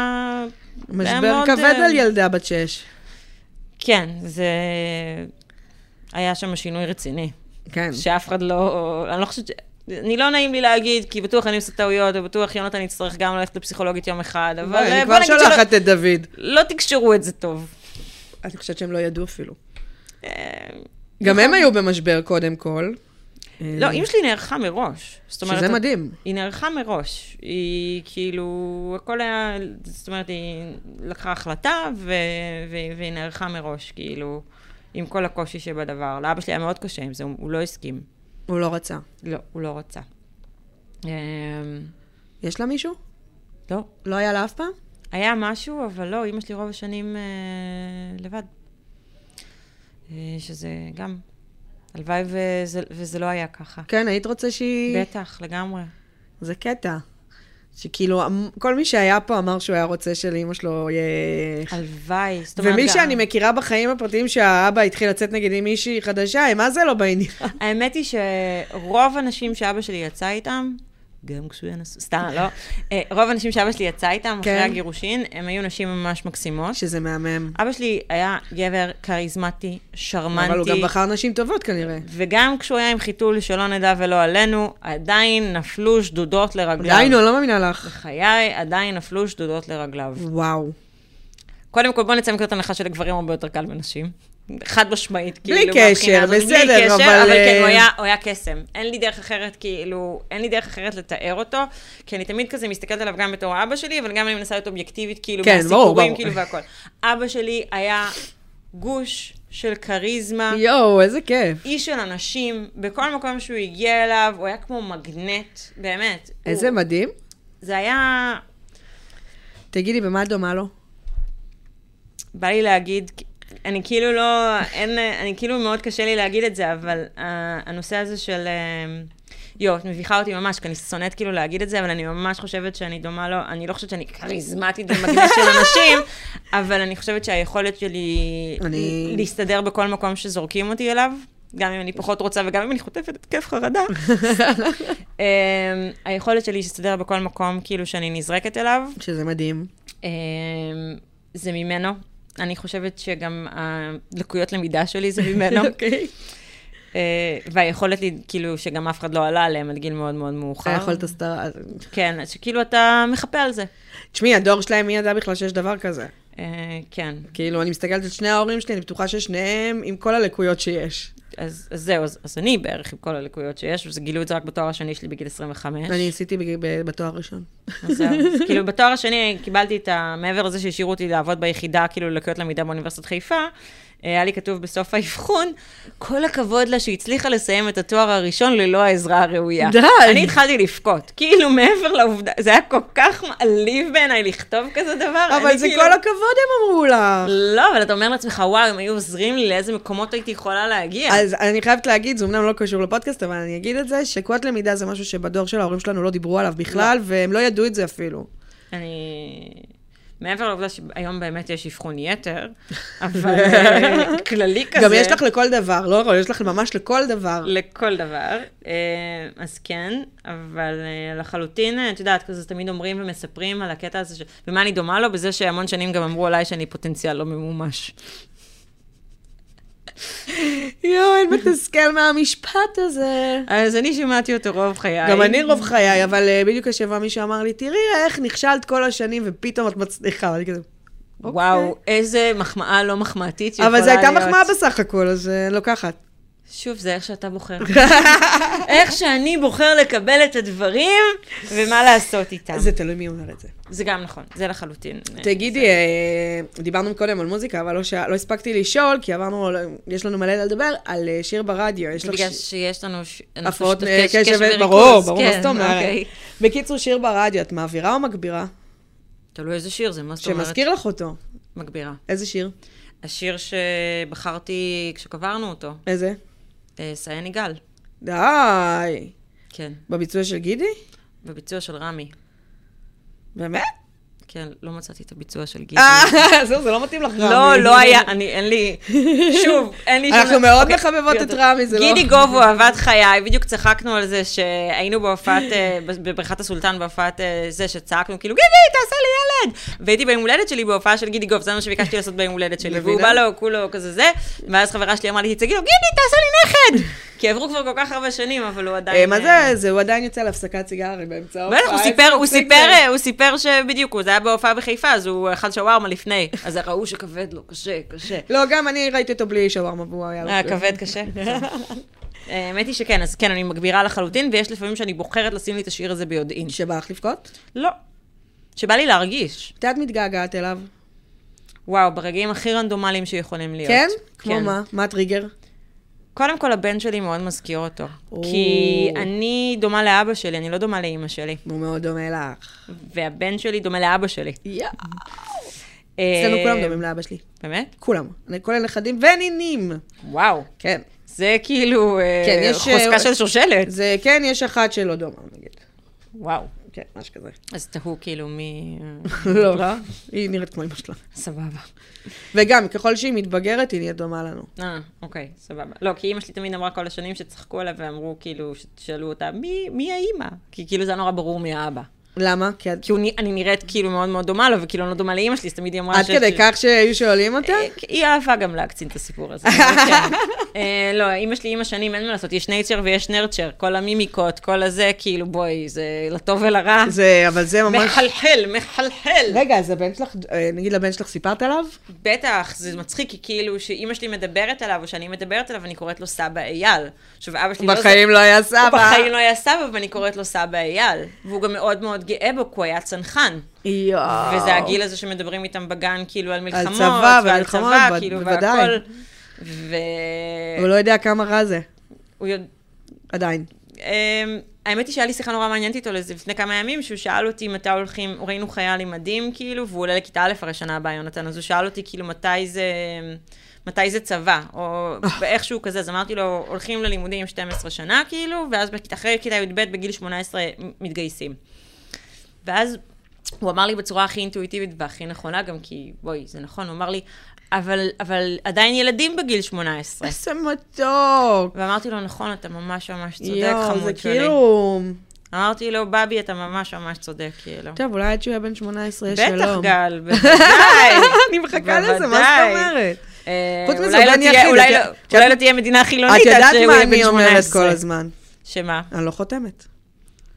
D: זה היה
C: משבר
D: מאוד,
C: כבד
D: אה,
C: על ילדה בת שש.
D: כן, זה... היה שם שינוי רציני.
C: כן.
D: שאף אחד לא... אני לא חושבת... ש- אני לא נעים לי להגיד, כי בטוח אני עושה טעויות, ובטוח יונתן יצטרך גם ללכת לפסיכולוגית יום אחד, אבל
C: וואי,
D: אה,
C: לא, אני
D: בוא
C: כבר
D: נגיד שלא
C: שולחת את דוד.
D: לא תקשרו את זה טוב.
C: אני חושבת שהם לא ידעו אפילו. נכון.
D: אה,
C: גם הם היו במשבר קודם כל.
D: לא, אימא שלי נערכה מראש. זאת אומרת,
C: אה. שזה מדהים.
D: היא נערכה מראש. היא כאילו, הכל היה, זאת אומרת, היא לקחה החלטה ו... ו... והיא נערכה מראש, כאילו, עם כל הקושי שבדבר. לאבא שלי היה מאוד קשה עם זה, הוא, הוא לא הסכים.
C: הוא לא רצה.
D: לא, הוא לא רצה. אמ,
C: יש לה מישהו?
D: לא.
C: לא היה לה אף פעם?
D: היה משהו, אבל לא, אימא שלי רוב השנים אה, לבד. אה, שזה גם, הלוואי וזה, וזה לא היה ככה.
C: כן, היית רוצה שהיא...
D: בטח, לגמרי.
C: זה קטע. שכאילו, המ- כל מי שהיה פה אמר שהוא היה רוצה שלאימא שלו יהיה...
D: הלוואי. זאת אומרת,
C: ומי
D: גם-
C: שאני מכירה בחיים הפרטיים שהאבא התחיל לצאת נגיד עם מישהי חדשה, הם מה זה לא בעניין?
D: האמת היא שרוב הנשים שאבא שלי יצא איתם, גם כשהוא היה נשוי, סתם, לא. אה, רוב הנשים שאבא שלי יצא איתם, אחרי
C: כן.
D: הגירושין, הם היו נשים ממש מקסימות.
C: שזה מהמם.
D: אבא שלי היה גבר כריזמטי,
C: אבל הוא גם
D: שרמנטי,
C: בחר נשים טובות כנראה.
D: וגם כשהוא היה עם חיתול שלא נדע ולא עלינו, עדיין נפלו שדודות לרגליו.
C: די, נו, לא מאמינה לך.
D: בחיי עדיין נפלו שדודות לרגליו.
C: וואו.
D: קודם כל, בוא נצא מנקודת הנחה שלגברים הרבה יותר קל מנשים. חד משמעית,
C: בלי
D: כאילו,
C: קשר,
D: מהבחינה הזאת.
C: בסדר,
D: בלי קשר,
C: אבל,
D: אבל כן, הוא
C: אה,
D: היה, הוא היה קסם. אין לי דרך אחרת, כאילו, אין לי דרך אחרת לתאר אותו, כי אני תמיד כזה מסתכלת עליו גם בתור אבא שלי, אבל גם אני מנסה להיות אובייקטיבית, כאילו,
C: כן, ברור,
D: מהסיפורים,
C: ברור.
D: כאילו, והכל. אבא שלי היה גוש של כריזמה.
C: יואו, איזה כיף.
D: איש של אנשים, בכל מקום שהוא הגיע אליו, הוא היה כמו מגנט, באמת.
C: איזה
D: הוא,
C: מדהים.
D: זה היה,
C: תגידי, במה את דומה לו?
D: בא לי להגיד, אני כאילו לא, אין, אני כאילו מאוד קשה לי להגיד את זה, אבל uh, הנושא הזה של... Uh, יואו, את מביכה אותי ממש, כי אני שונאת כאילו להגיד את זה, אבל אני ממש חושבת שאני דומה לו, אני לא חושבת שאני כריזמטית ומגנט של אנשים, אבל אני חושבת שהיכולת שלי
C: אני-
D: להסתדר בכל מקום שזורקים אותי אליו, גם אם אני פחות רוצה וגם אם אני חוטפת התקף חרדה, אמ, היכולת שלי להסתדר בכל מקום, כאילו, שאני נזרקת אליו,
C: שזה מדהים.
D: אמ, זה ממנו. אני חושבת שגם הלקויות למידה שלי זה ממנו.
C: אוקיי.
D: אה, והיכולת, לי, כאילו, שגם אף אחד לא עלה עליהם עד גיל מאוד מאוד מאוחר.
C: היכולת הסתרה.
D: כן, אז שכאילו אתה מחפה על זה.
C: תשמעי, הדור שלהם, מי ידע בכלל שיש דבר כזה?
D: אה, כן,
C: כאילו, אני מסתכלת על שני ההורים שלי, אני בטוחה ששניהם עם כל הלקויות שיש.
D: אז, אז זהו, אז, אז אני בערך עם כל הלקויות שיש, וזה גילו את זה רק בתואר השני שלי בגיל 25.
C: אני עשיתי בג- ב- בתואר ראשון.
D: אז זהו. אז כאילו, בתואר השני קיבלתי את ה... מעבר לזה שהשאירו אותי לעבוד ביחידה, כאילו, ללקויות למידה באוניברסיטת חיפה, אה, היה לי כתוב בסוף האבחון, כל הכבוד לה שהצליחה לסיים את התואר הראשון ללא העזרה הראויה.
C: די.
D: אני התחלתי לבכות. כאילו, מעבר לעובדה, זה היה כל כך מעליב בעיניי לכתוב כזה דבר.
C: אבל
D: אני
C: זה
D: כאילו-
C: כל הכבוד הם אמרו לך.
D: לא, אבל אתה אומר לעצמך, וואו, הם היו עוזרים לי, לאיזה מקומות הייתי יכולה להגיע.
C: אז אני חייבת להגיד, זה אמנם לא קשור לפודקאסט, אבל אני אגיד את זה, שקוות למידה זה משהו שבדור של ההורים שלנו לא דיברו עליו בכלל, והם לא ידעו את זה אפילו.
D: אני... מעבר לעובדה שהיום באמת יש אבחון יתר, אבל אה, כללי כזה.
C: גם יש לך לכל דבר, לא יכול, יש לך ממש לכל דבר.
D: לכל דבר. אה, אז כן, אבל אה, לחלוטין, אה, את יודעת, כזה תמיד אומרים ומספרים על הקטע הזה, ש... ומה אני דומה לו? בזה שהמון שנים גם אמרו עליי שאני פוטנציאל לא ממומש.
C: יואו, אין מתסכל מהמשפט הזה.
D: אז אני שמעתי אותו רוב חיי.
C: גם אני רוב חיי, אבל אה, בדיוק השבוע מישהו אמר לי, תראי איך נכשלת כל השנים ופתאום את מצליחה. ואני כזה,
D: וואו, איזה מחמאה לא מחמאתית שיכולה
C: אבל זו הייתה
D: להיות.
C: מחמאה בסך הכל, אז אה, לוקחת.
D: שוב, זה איך שאתה בוחר. איך שאני בוחר לקבל את הדברים, ומה לעשות איתם.
C: זה תלוי מי אומר את זה.
D: זה גם נכון, זה לחלוטין. אה,
C: תגידי, אה, דיברנו קודם על מוזיקה, אבל לא שא- לא הספקתי לשאול, כי עברנו, על- יש לנו מלא לדבר, על אה, שיר ברדיו. יש לך
D: בגלל
C: ש-
D: שיש לנו... ש- אנחנו
C: הפרעות
D: שותפי
C: אה, קשב,
D: וריכוז,
C: ברור, ברור, מה
D: כן,
C: זאת אומרת.
D: אוקיי.
C: בקיצור, שיר ברדיו, את מעבירה או מגבירה?
D: תלוי איזה שיר זה, מה זאת אומרת?
C: שמזכיר לך אותו.
D: מגבירה.
C: איזה שיר?
D: השיר שבחרתי כשקברנו אותו,
C: איזה?
D: אה, סייני גל,
C: די.
D: כן,
C: בביצוע של גידי?
D: בביצוע של רמי.
C: באמת?
D: כן, לא מצאתי את הביצוע של גידי.
C: אה, זהו, זה לא מתאים לך רמי.
D: לא, לא היה, אני, אין לי, שוב, אין לי... שום-
C: אנחנו מאוד
D: אוקיי,
C: מחבבות את
D: בסדר.
C: רמי, זה לא-
D: גידי גובו, אהבת חיי, בדיוק צחקנו על זה שהיינו בהופעת, אה, בבריכת הסולטן, בהופעת אה, זה, שצעקנו, כאילו, גידי, תעשה לי ילד! והייתי ביום הולדת שלי בהופעה של גידי גוב, זה מה שביקשתי לעשות ביום הולדת שלי, והוא
C: מבינה?
D: בא לו, כולו כזה זה, ואז חברה שלי אמרה לי, תצעקי לו, גידי, תעשה לי נכד! כי עברו כבר כל כך הרבה שנים, אבל הוא
C: אה,
D: עדיין...
C: מה
D: אה,
C: זה, זה, הוא עדיין יוצא להפסקת סיגרים באמצע ההופעה.
D: בטח, הוא סיפר, הוא סיפר, אה, הוא סיפר שבדיוק, הוא- זה היה בהופעה בחיפה, אז הוא אכל שווארמה לפני. אז ראו שכבד לו, קשה, קשה.
C: לא, גם אני ראיתי אותו בלי שווארמה, והוא היה... אוקיי. לו
D: אה,
C: כיף.
D: כבד קשה? אה, האמת היא שכן, אז כן, אני מגבירה לחלוטין, ויש לפעמים שאני בוחרת לשים לי את השיר הזה ביודעין.
C: שבא לך לבכות?
D: לא. שבא לי להרגיש.
C: את יודעת מתגעגעת אליו.
D: וואו, ברגעים הכי רנדומליים שיכולים להיות.
C: כן? כמו
D: כן.
C: מה? מה הטריגר?
D: קודם כל, הבן שלי מאוד מזכיר אותו.
C: או.
D: כי אני דומה לאבא שלי, אני לא דומה לאימא שלי.
C: הוא מאוד דומה לך.
D: והבן שלי דומה לאבא שלי.
C: יאה.
D: אה,
C: אצלנו כולם דומים לאבא שלי.
D: באמת?
C: כולם. כל הנכדים ונינים.
D: וואו.
C: כן.
D: זה כאילו אה,
C: כן, יש, אה,
D: חוזקה של שושלת.
C: זה כן, יש אחת שלא דומה, נגיד.
D: וואו.
C: כן, משהו כזה.
D: אז תהו כאילו מי...
C: לא. היא נראית כמו אמא שלה.
D: סבבה.
C: וגם, ככל שהיא מתבגרת, היא נהיית דומה לנו.
D: אה, אוקיי, סבבה. לא, כי אימא שלי תמיד אמרה כל השנים שצחקו עליה ואמרו, כאילו, ששאלו אותה, מי, מי האימא? כי כאילו זה היה נורא ברור מי האבא.
C: למה? כי את-
D: כי הוא, נ- אני נראית כאילו מאוד מאוד דומה לו, וכאילו אני לא דומה לאימא שלי, אז תמיד היא אמרה
C: עד כדי כך שהיו שואלים אותה?
D: אה, היא אהבה גם להקצין את הסיפור הזה. אבל כן. אה, לא, אימא שלי, אימא שנים, אין מה לעשות, יש נייצ'ר ויש נרצ'ר. כל המימיקות, כל הזה, כאילו, בואי, זה לטוב ולרע.
C: זה, אבל זה ממש...
D: מחלחל, מחלחל.
C: רגע, אז הבן שלך, אה, נגיד לבן שלך סיפרת עליו?
D: כאילו, בטח, זה מצחיק, כי כאילו שאימא שלי מדברת עליו, או שאני מדברת עליו, אני קוראת לו סבא אייל. עכשיו, אבא שלי לא...
C: בחיים לא היה
D: הוא
C: סבא.
D: בחיים לא היה סבא, ואני קוראת לו סבא אייל. והוא גם מאוד מאוד גאה בו, כי הוא היה צנחן.
C: יואו.
D: וזה הגיל הזה שמדברים איתם בגן, כאילו, על מלחמות,
C: צבא
D: ועל
C: ומלחמות,
D: צבא,
C: בד-
D: כאילו,
C: בוודאי.
D: והכל.
C: הוא
D: והוא
C: לא יודע כמה רע זה,
D: יודע...
C: עדיין.
D: אמ, האמת היא שהיה לי שיחה נורא מעניינת איתו לזה לפני כמה ימים, שהוא שאל אותי מתי הולכים, ראינו חייל עם מדים, כאילו, והוא עולה לכיתה א' הרי שנה הבאה, יונתן, אז הוא שאל אותי, כאילו, מתי זה, מתי זה צבא, או איכשהו כזה, אז אמרתי לו, הולכים ללימודים 12 שנה, כאילו, ואז בכיתה- אחרי כיתה י"ב, בגיל 18, מתגייסים. ואז הוא אמר לי בצורה הכי אינטואיטיבית והכי נכונה, גם כי, בואי, זה נכון, הוא אמר לי, אבל, אבל עדיין ילדים בגיל 18.
C: איזה מתוק.
D: ואמרתי לו, נכון, אתה ממש ממש צודק,
C: יואו, זה
D: חמוד שלי.
C: כאילו...
D: אמרתי לו, בבי, אתה ממש ממש צודק, כאילו.
C: טוב, אולי עד שהוא יהיה בן 18 יש שלום.
D: בטח, גל, בוודאי.
C: אני מחכה לזה, מה זאת
D: בוודאי.
C: אומרת?
D: אה,
C: חוץ מזה,
D: אולי
C: הוא
D: לא
C: בן
D: תהיה-
C: יחיד,
D: אולי
C: את-
D: לא-
C: את-
D: אולי לא תהיה מדינה חילונית
C: את
D: עד
C: יודעת
D: שהוא
C: מה
D: יהיה בן 18.
C: אני אומרת כל הזמן.
D: שמה?
C: אני לא חותמת.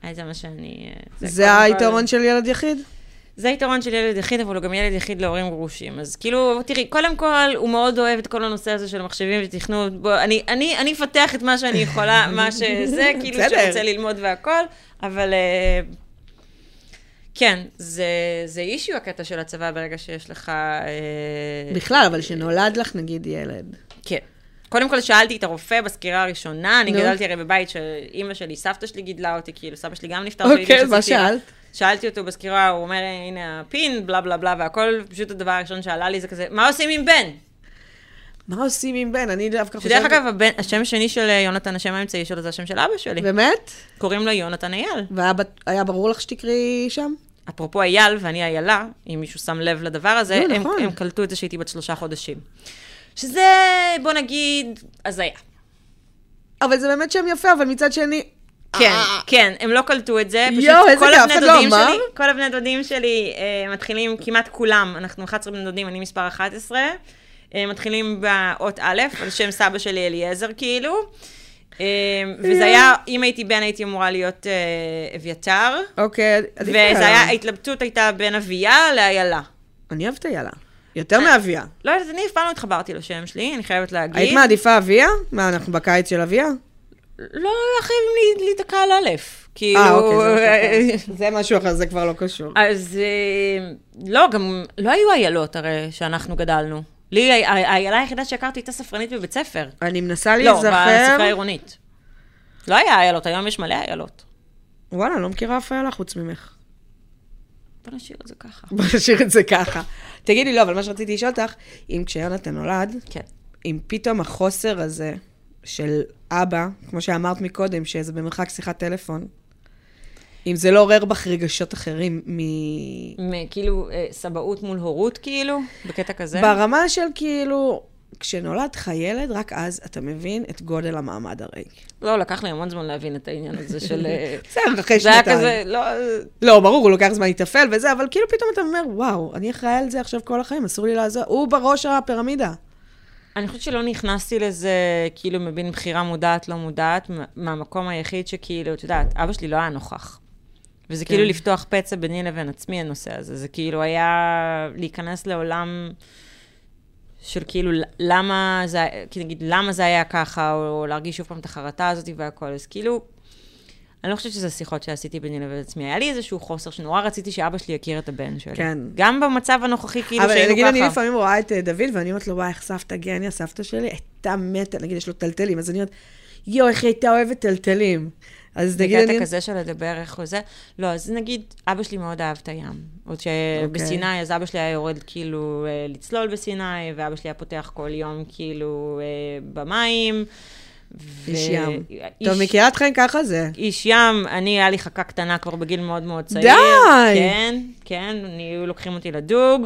D: אה, זה מה שאני... אה,
C: זה
D: קודם כל- אה.
C: היתרון של ילד יחיד?
D: זה היתרון של ילד יחיד, אבל הוא גם ילד יחיד להורים גרושים. אז כאילו, תראי, קודם כל, הוא מאוד אוהב את כל הנושא הזה של מחשבים ותכנות. בוא, אני, אני, אני אפתח את מה שאני יכולה, מה שזה, כאילו,
C: בסדר.
D: שרוצה ללמוד והכל, אבל... אה, כן, זה, זה אישיו הקטע של הצבא ברגע שיש לך... אה,
C: בכלל, אבל שנולד לך נגיד ילד.
D: כן. קודם כל שאלתי את הרופא בסקירה הראשונה, אני
C: נו.
D: גדלתי הרי בבית שאימא שלי, סבתא שלי גידלה אותי, כאילו, סבא שלי גם נפטר.
C: אוקיי,
D: כשהייתי
C: מה
D: חצי צעירה.
C: שאלת?
D: שאלתי אותו בסקירה, הוא אומר, הנה הפין, בלה בלה בלה והכל, פשוט הדבר הראשון שעלה לי זה כזה, מה עושים עם בן?
C: מה עושים עם בן? אני דווקא חושבת...
D: שדרך אגב, הבן- השם השני של אה, יונתן, השם האמצעי שלו, זה השם של אבא שלי.
C: באמת?
D: קוראים לו יונתן אייל.
C: והיה בת- היה ברור לך שתקראי שם?
D: אפרופו אייל ואני איילה, אם מישהו שם לב לדבר הזה,
C: לא,
D: הם,
C: נכון.
D: הם קלטו את זה שהייתי בת שלושה חודשים. שזה, בוא נגיד, הזיה.
C: אבל זה באמת שם יפה, אבל מצד שני...
D: כן, כן, הם לא קלטו את זה. פשוט
C: אה, יואו, איזה
D: כל
C: כיף,
D: הבני
C: אף אחד לא
D: דודים
C: אמר.
D: שלי- כל הבני דודים שלי אה, מתחילים, כמעט כולם, אנחנו 11 בני דודים, אני מספר 11, אה, מתחילים באות א', על שם סבא שלי אליעזר, כאילו. אה, וזה היה, אם הייתי בן, הייתי אמורה להיות אה, אביתר.
C: אוקיי, עדיף
D: וזה
C: איילה.
D: היה, ההתלבטות הייתה בין אביה לאיילה.
C: אני אוהבת איילה. יותר מאביה.
D: לא יודעת, אני אף פעם לא התחברתי לשם שלי, אני חייבת להגיד.
C: היית מעדיפה אביה? מה, אנחנו בקיץ של אביה? אה,
D: לא חייבים לי- להיתקע על א', כאילו...
C: אה, אוקיי, זה משהו אחר. זה משהו אחר, זה כבר לא קשור.
D: אז אה, לא, גם לא היו איילות הרי שאנחנו גדלנו. לי, ה- ה- האיילה היחידה שהכרתי הייתה ספרנית בבית ספר.
C: אני מנסה
D: לא,
C: להיזכר...
D: בספרה העירונית. לא היה איילות, היום יש מלא איילות.
C: וואלה, לא מכירה אף איילה חוץ ממך.
D: בוא נשאיר את זה ככה.
C: בוא נשאיר את זה ככה. תגידי, לא, אבל מה שרציתי לשאול אותך, אם כשיונתן נולד,
D: כן.
C: אם פתאום החוסר הזה של אבא, כמו שאמרת מקודם, שזה במרחק שיחת טלפון, אם זה לא עורר בך רגשות אחרים מ...
D: מ- כאילו, אה, סבאות מול הורות, כאילו, בקטע כזה.
C: ברמה של כאילו, כשנולד לך ילד, רק אז אתה מבין את גודל המעמד הרי.
D: לא, לקח לי המון זמן להבין את העניין הזה של... אה,
C: בסדר, אחרי
D: זה היה
C: שנתיים.
D: כזה, לא...
C: לא, ברור, הוא לוקח זמן להתאפל וזה, אבל כאילו פתאום אתה אומר, וואו, אני אחראי על זה עכשיו כל החיים, אסור לי לעזור. הוא בראש הפירמידה.
D: אני חושבת שלא נכנסתי לזה, כאילו, מבין בחירה מודעת, לא מודעת, מה- מהמקום היחיד שכאילו, את יודעת, אבא שלי לא היה נוכח. וזה
C: כן.
D: כאילו לפתוח פצע ביני לבין עצמי, הנושא הזה. זה כאילו היה להיכנס לעולם של כאילו, ל- למה זה, כאילו, נגיד, למה זה היה ככה, או להרגיש שוב פעם את החרטה הזאת והכל. אז כאילו, אני לא חושבת שזה שיחות שעשיתי ביני לבין עצמי. היה לי איזשהו חוסר שנורא רציתי שאבא שלי יכיר את הבן שלי.
C: כן.
D: גם במצב הנוכחי, כאילו,
C: אבל
D: שהיינו ככה.
C: נגיד, אני לפעמים רואה את אה, דוד, ואני אומרת לו, וואי, איך סבתא גניה, סבתא שלי, הייתה מתה, נגיד, יש לו טלטלים, אז אני אומרת, יואו, איך היא הייתה אוהבת טלטלים. אז נגיד,
D: בקטע
C: אני...
D: כזה של לדבר איך הוא זה. לא, אז נגיד, אבא שלי מאוד אהב את הים. עוד
C: אוקיי.
D: שבסיני, אז אבא שלי היה יורד כאילו אה, לצלול בסיני, ואבא שלי היה פותח כל יום כאילו אה, במים. ו-
C: איש ים.
D: אה, איש-
C: טוב, מכירה אתכם ככה זה.
D: איש ים, אני, היה לי חכה קטנה כבר בגיל מאוד מאוד צעיר.
C: די!
D: כן, כן, אני- היו לוקחים אותי לדוג.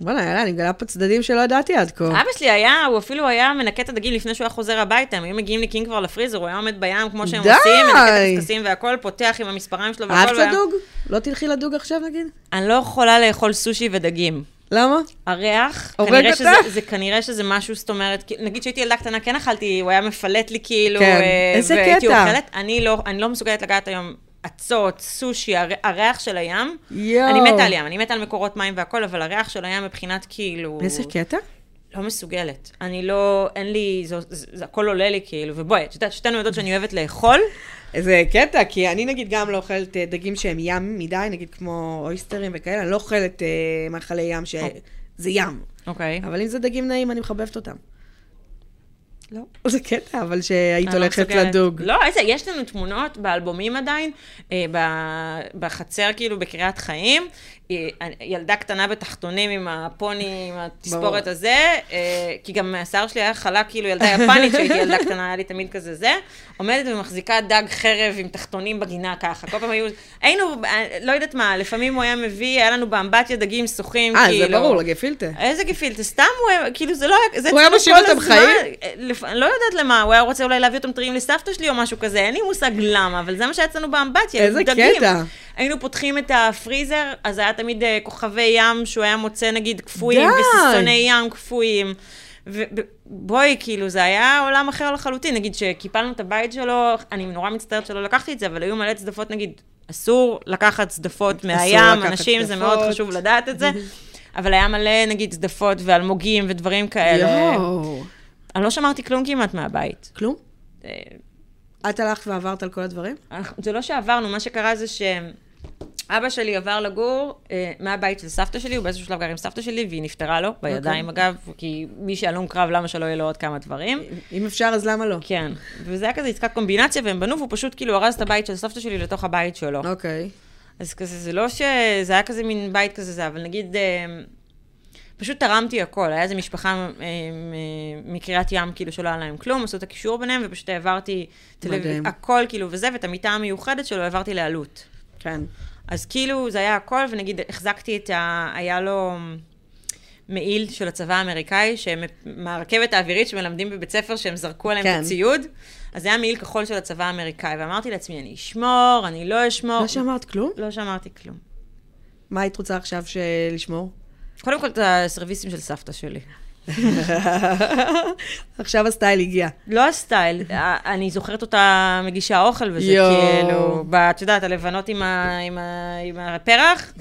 C: וואלה, יאללה, אני מגלה פה צדדים שלא ידעתי עד כה.
D: אבא שלי היה, הוא אפילו היה מנקה את הדגים לפני שהוא היה חוזר הביתה, הם היו מגיעים נקיים כבר לפריזר, הוא היה עומד בים כמו שהם
C: די!
D: עושים, מנקה את הקשקשים והכל, פותח עם המספריים שלו והכל.
C: אהבת
D: והיה-
C: לדוג? לא תלכי לדוג עכשיו, נגיד?
D: אני לא יכולה לאכול סושי ודגים.
C: למה?
D: הריח,
C: הורג
D: כנראה
C: אותך?
D: שזה, זה כנראה שזה משהו, זאת אומרת, כי- נגיד שהייתי ילדה קטנה, כן אכלתי, הוא היה מפלט לי כאילו,
C: כן,
D: אה,
C: איזה
D: והייתי
C: קטע.
D: אוכלת, אני לא, אני לא מסוגלת לגעת היום אצות, סושי, הר, הריח של הים.
C: יואו.
D: אני מתה על ים, אני מתה על מקורות מים והכל, אבל הריח של הים מבחינת כאילו...
C: איזה קטע?
D: לא מסוגלת. אני לא, אין לי, זה, זה, זה הכל עולה לי כאילו, ובואי, את יודעת, שתינו יודעות שאני אוהבת לאכול,
C: זה קטע, כי אני נגיד גם לא אוכלת אה, דגים שהם ים מדי, נגיד כמו אויסטרים וכאלה, אני לא אוכלת אה, מאכלי ים שזה ים.
D: אוקיי.
C: כן, אבל אם זה דגים נעים, אני מחבבת אותם.
D: לא.
C: זה קטע, אבל שהיית
D: אני לא
C: הולכת
D: מסוגלת.
C: לדוג.
D: לא, איזה, יש לנו תמונות באלבומים עדיין, אה, ב- בחצר כאילו בקריית חיים, אה, ילדה קטנה בתחתונים עם הפוני, עם התספורת
C: ברור.
D: הזה, אה, כי גם השיער שלי היה חלק כאילו ילדה יפנית, שהייתי ילדה קטנה, היה לי תמיד כזה זה, עומדת ומחזיקה דג חרב עם תחתונים בגינה ככה, כל פעם היו, היינו, אה, לא יודעת מה, לפעמים הוא היה מביא, היה לנו באמבטיה דגים שוחים,
C: אה,
D: כאילו.
C: זה ברור, לגפילטה.
D: איזה גפילטה, סתם הוא היה, כאילו זה לא היה, זה
C: הוא היה
D: אצלנו
C: משאיר
D: כל
C: אותם
D: הזמן,
C: חיים?
D: אה, לפ- אני לא יודעת למה, הוא היה רוצה אולי להביא אותם טריים לסבתא שלי או משהו כזה, אין לי מושג למה, אבל זה מה שהיה אצלנו באמבטיה,
C: איזה
D: היו דגים.
C: קטע.
D: היינו פותחים את הפריזר, אז היה תמיד אה, כוכבי ים שהוא היה מוצא נגיד קפואים,
C: די.
D: וססוני ים קפואים. ובואי, כאילו, זה היה עולם אחר לחלוטין. נגיד שקיפלנו את הבית שלו, אני נורא מצטערת שלא לקחתי את זה, אבל היו מלא צדפות, נגיד, אסור לקחת צדפות מהים,
C: לקחת
D: אנשים, זה
C: צדפות.
D: מאוד חשוב לדעת את זה. אבל היה מלא, נגיד, צדפות ואלמוגים ודברים כאלה.
C: יואו.
D: אני לא שמרתי כלום כמעט מהבית.
C: כלום?
D: אה,
C: את הלכת ועברת על כל הדברים?
D: אנחנו- זה לא שעברנו, מה שקרה זה שאבא שלי עבר לגור אה, מהבית של סבתא שלי, הוא באיזשהו שלב גר עם סבתא שלי, והיא נפטרה לו, בידיים אגב, כי מי שהלום קרב, למה שלא יהיה לו עוד כמה דברים?
C: אם אפשר, אז למה לא?
D: כן. וזה היה כזה עסקת קומבינציה, והם בנו, והוא פשוט כאילו ארז את הבית של סבתא שלי לתוך הבית שלו.
C: אוקיי.
D: אז כזה, זה לא ש... זה היה כזה מין בית כזה זה, אבל נגיד... אה, פשוט תרמתי הכל, היה איזו משפחה אה, מ- מקריית ים, כאילו, שלא היה להם כלום, עשו את הקישור ביניהם, ופשוט העברתי
C: מדהים.
D: טלו... הכל, כאילו, וזה, ואת המיטה המיוחדת שלו העברתי לאלוט.
C: כן.
D: אז כאילו, זה היה הכל, ונגיד, החזקתי את ה... היה לו מעיל של הצבא האמריקאי, שהם מהרכבת האווירית שמלמדים בבית ספר, שהם זרקו עליהם
C: כן.
D: את הציוד. אז זה היה מעיל כחול של הצבא האמריקאי, ואמרתי לעצמי, אני אשמור, אני לא אשמור.
C: לא שאמרת כלום?
D: לא שמרתי כלום.
C: מה היית רוצה עכשיו ש- לשמור?
D: קודם כל את הסרוויסים של סבתא שלי.
C: עכשיו הסטייל הגיע.
D: לא הסטייל, אה, אני זוכרת אותה מגישה אוכל וזה,
C: יואו.
D: כאילו, ב- את יודעת, הלבנות עם ה- עם ה- עם הפרח.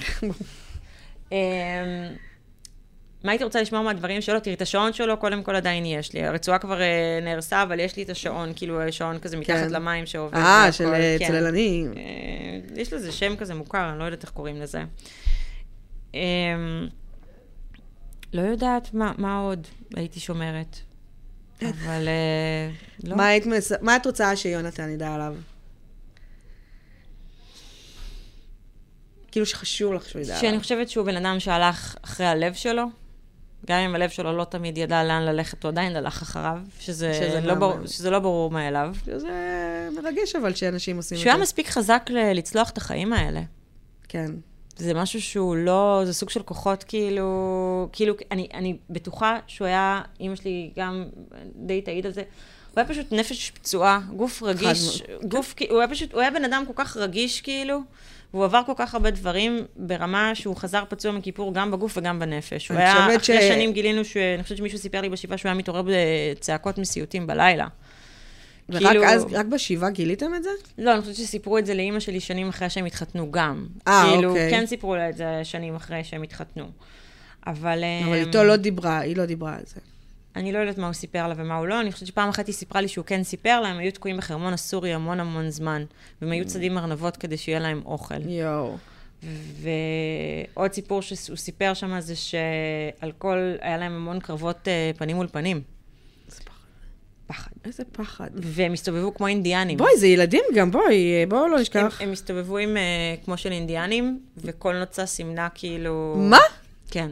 D: אמ, מה הייתי רוצה לשמוע מהדברים שלו? תראי, את השעון שלו קודם כל עדיין יש לי. הרצועה כבר אה, נהרסה, אבל יש לי את השעון, כאילו, השעון כזה מתחת
C: כן.
D: למים שעובד.
C: אה,
D: והכל,
C: של אה,
D: כן.
C: צוללנים.
D: אה, יש לזה שם כזה מוכר, אני לא יודעת איך קוראים לזה. אמ, לא יודעת מה, מה עוד הייתי שומרת, אבל אה, לא.
C: מה היית מס- מה את רוצה שיונתן ידע עליו? כאילו שחשוב לך שהוא ידע
D: שאני
C: עליו.
D: כאילו חושבת שהוא בן אדם שהלך אחרי הלב שלו, גם אם הלב שלו לא תמיד ידע לאן ללכת, הוא עדיין הלך אחריו,
C: שזה
D: שזה, שזה, לא,
C: מהמם.
D: ברור, שזה לא ברור מאליו.
C: שזה מרגש אה, אבל שאנשים עושים את
D: שהוא
C: זה.
D: היה מספיק חזק ל- לצלוח את החיים האלה.
C: כן.
D: זה משהו שהוא לא, זה סוג של כוחות כאילו, כאילו, אני, אני בטוחה שהוא היה, אימא שלי גם די תעיד על זה, הוא היה פשוט נפש פצועה, גוף רגיש, גוף, כי- הוא היה פשוט, הוא היה בן אדם כל כך רגיש כאילו, והוא עבר כל כך הרבה דברים ברמה שהוא חזר פצוע מכיפור גם בגוף וגם בנפש. הוא
C: אני
D: היה,
C: חושבת
D: אחרי
C: ש-
D: שנים גילינו, ש... אני חושבת שמישהו סיפר לי בשבעה שהוא היה מתעורר בצעקות מסיוטים בלילה.
C: ורק
D: כאילו-
C: אז, רק בשבעה גיליתם את זה?
D: לא, אני חושבת שסיפרו את זה לאימא שלי שנים אחרי שהם התחתנו גם.
C: אה,
D: כאילו,
C: אוקיי.
D: כן סיפרו לה את זה שנים אחרי שהם התחתנו. אבל...
C: אבל
D: אמ,
C: איתו לא דיברה, היא לא דיברה על זה.
D: אני לא יודעת מה הוא סיפר לה ומה הוא לא. אני חושבת שפעם אחת היא סיפרה לי שהוא כן סיפר לה, הם היו תקועים בחרמון הסורי המון המון זמן, והם
C: Mm.
D: היו צדים ארנבות כדי שיהיה להם אוכל.
C: יואו.
D: ועוד סיפור שהוא סיפר שם זה שעל כל... היה להם המון קרבות אה, פנים מול פנים.
C: איזה פחד.
D: פחד.
C: איזה פחד.
D: והם הסתובבו כמו אינדיאנים.
C: בואי, זה ילדים גם, בואי, בואו לא
D: הם,
C: נשכח.
D: הם הסתובבו עם אה, כמו של אינדיאנים, וכל נוצה סימנה כאילו...
C: מה?
D: כן.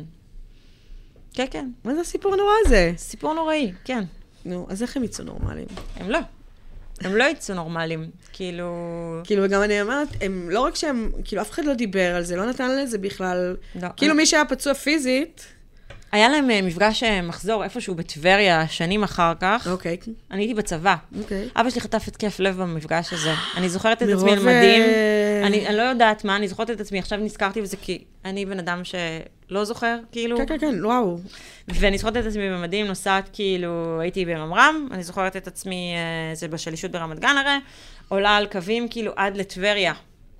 D: כן, כן.
C: מה זה הסיפור הנורא הזה?
D: סיפור נוראי, כן.
C: נו, אז איך הם יצאו נורמליים?
D: הם לא. הם לא יצאו נורמלים. כאילו...
C: כאילו, גם אני אומרת, הם לא רק שהם, כאילו, אף אחד לא דיבר על זה, לא נתן לזה בכלל.
D: לא.
C: כאילו, מי שהיה פצוע פיזית,
D: היה להם אה, מפגש אה, מחזור איפשהו בטבריה, שנים אחר כך.
C: אוקיי,
D: אני הייתי בצבא.
C: אוקיי.
D: אבא שלי חטף התקף לב במפגש הזה. אני זוכרת את עצמי על
C: מרוב,
D: מדים.
C: אה,
D: אני, אני לא יודעת מה, אני זוכרת את עצמי. עכשיו נזכרתי בזה כי אני בן אדם שלא זוכר, כאילו.
C: כן, כן, כן, וואו.
D: ואני זוכרת את עצמי במדים, נוסעת כאילו, הייתי בממר"ם, אני זוכרת את עצמי, אה, זה בשלישות ברמת גן הרי, עולה על קווים כאילו עד לטבריה.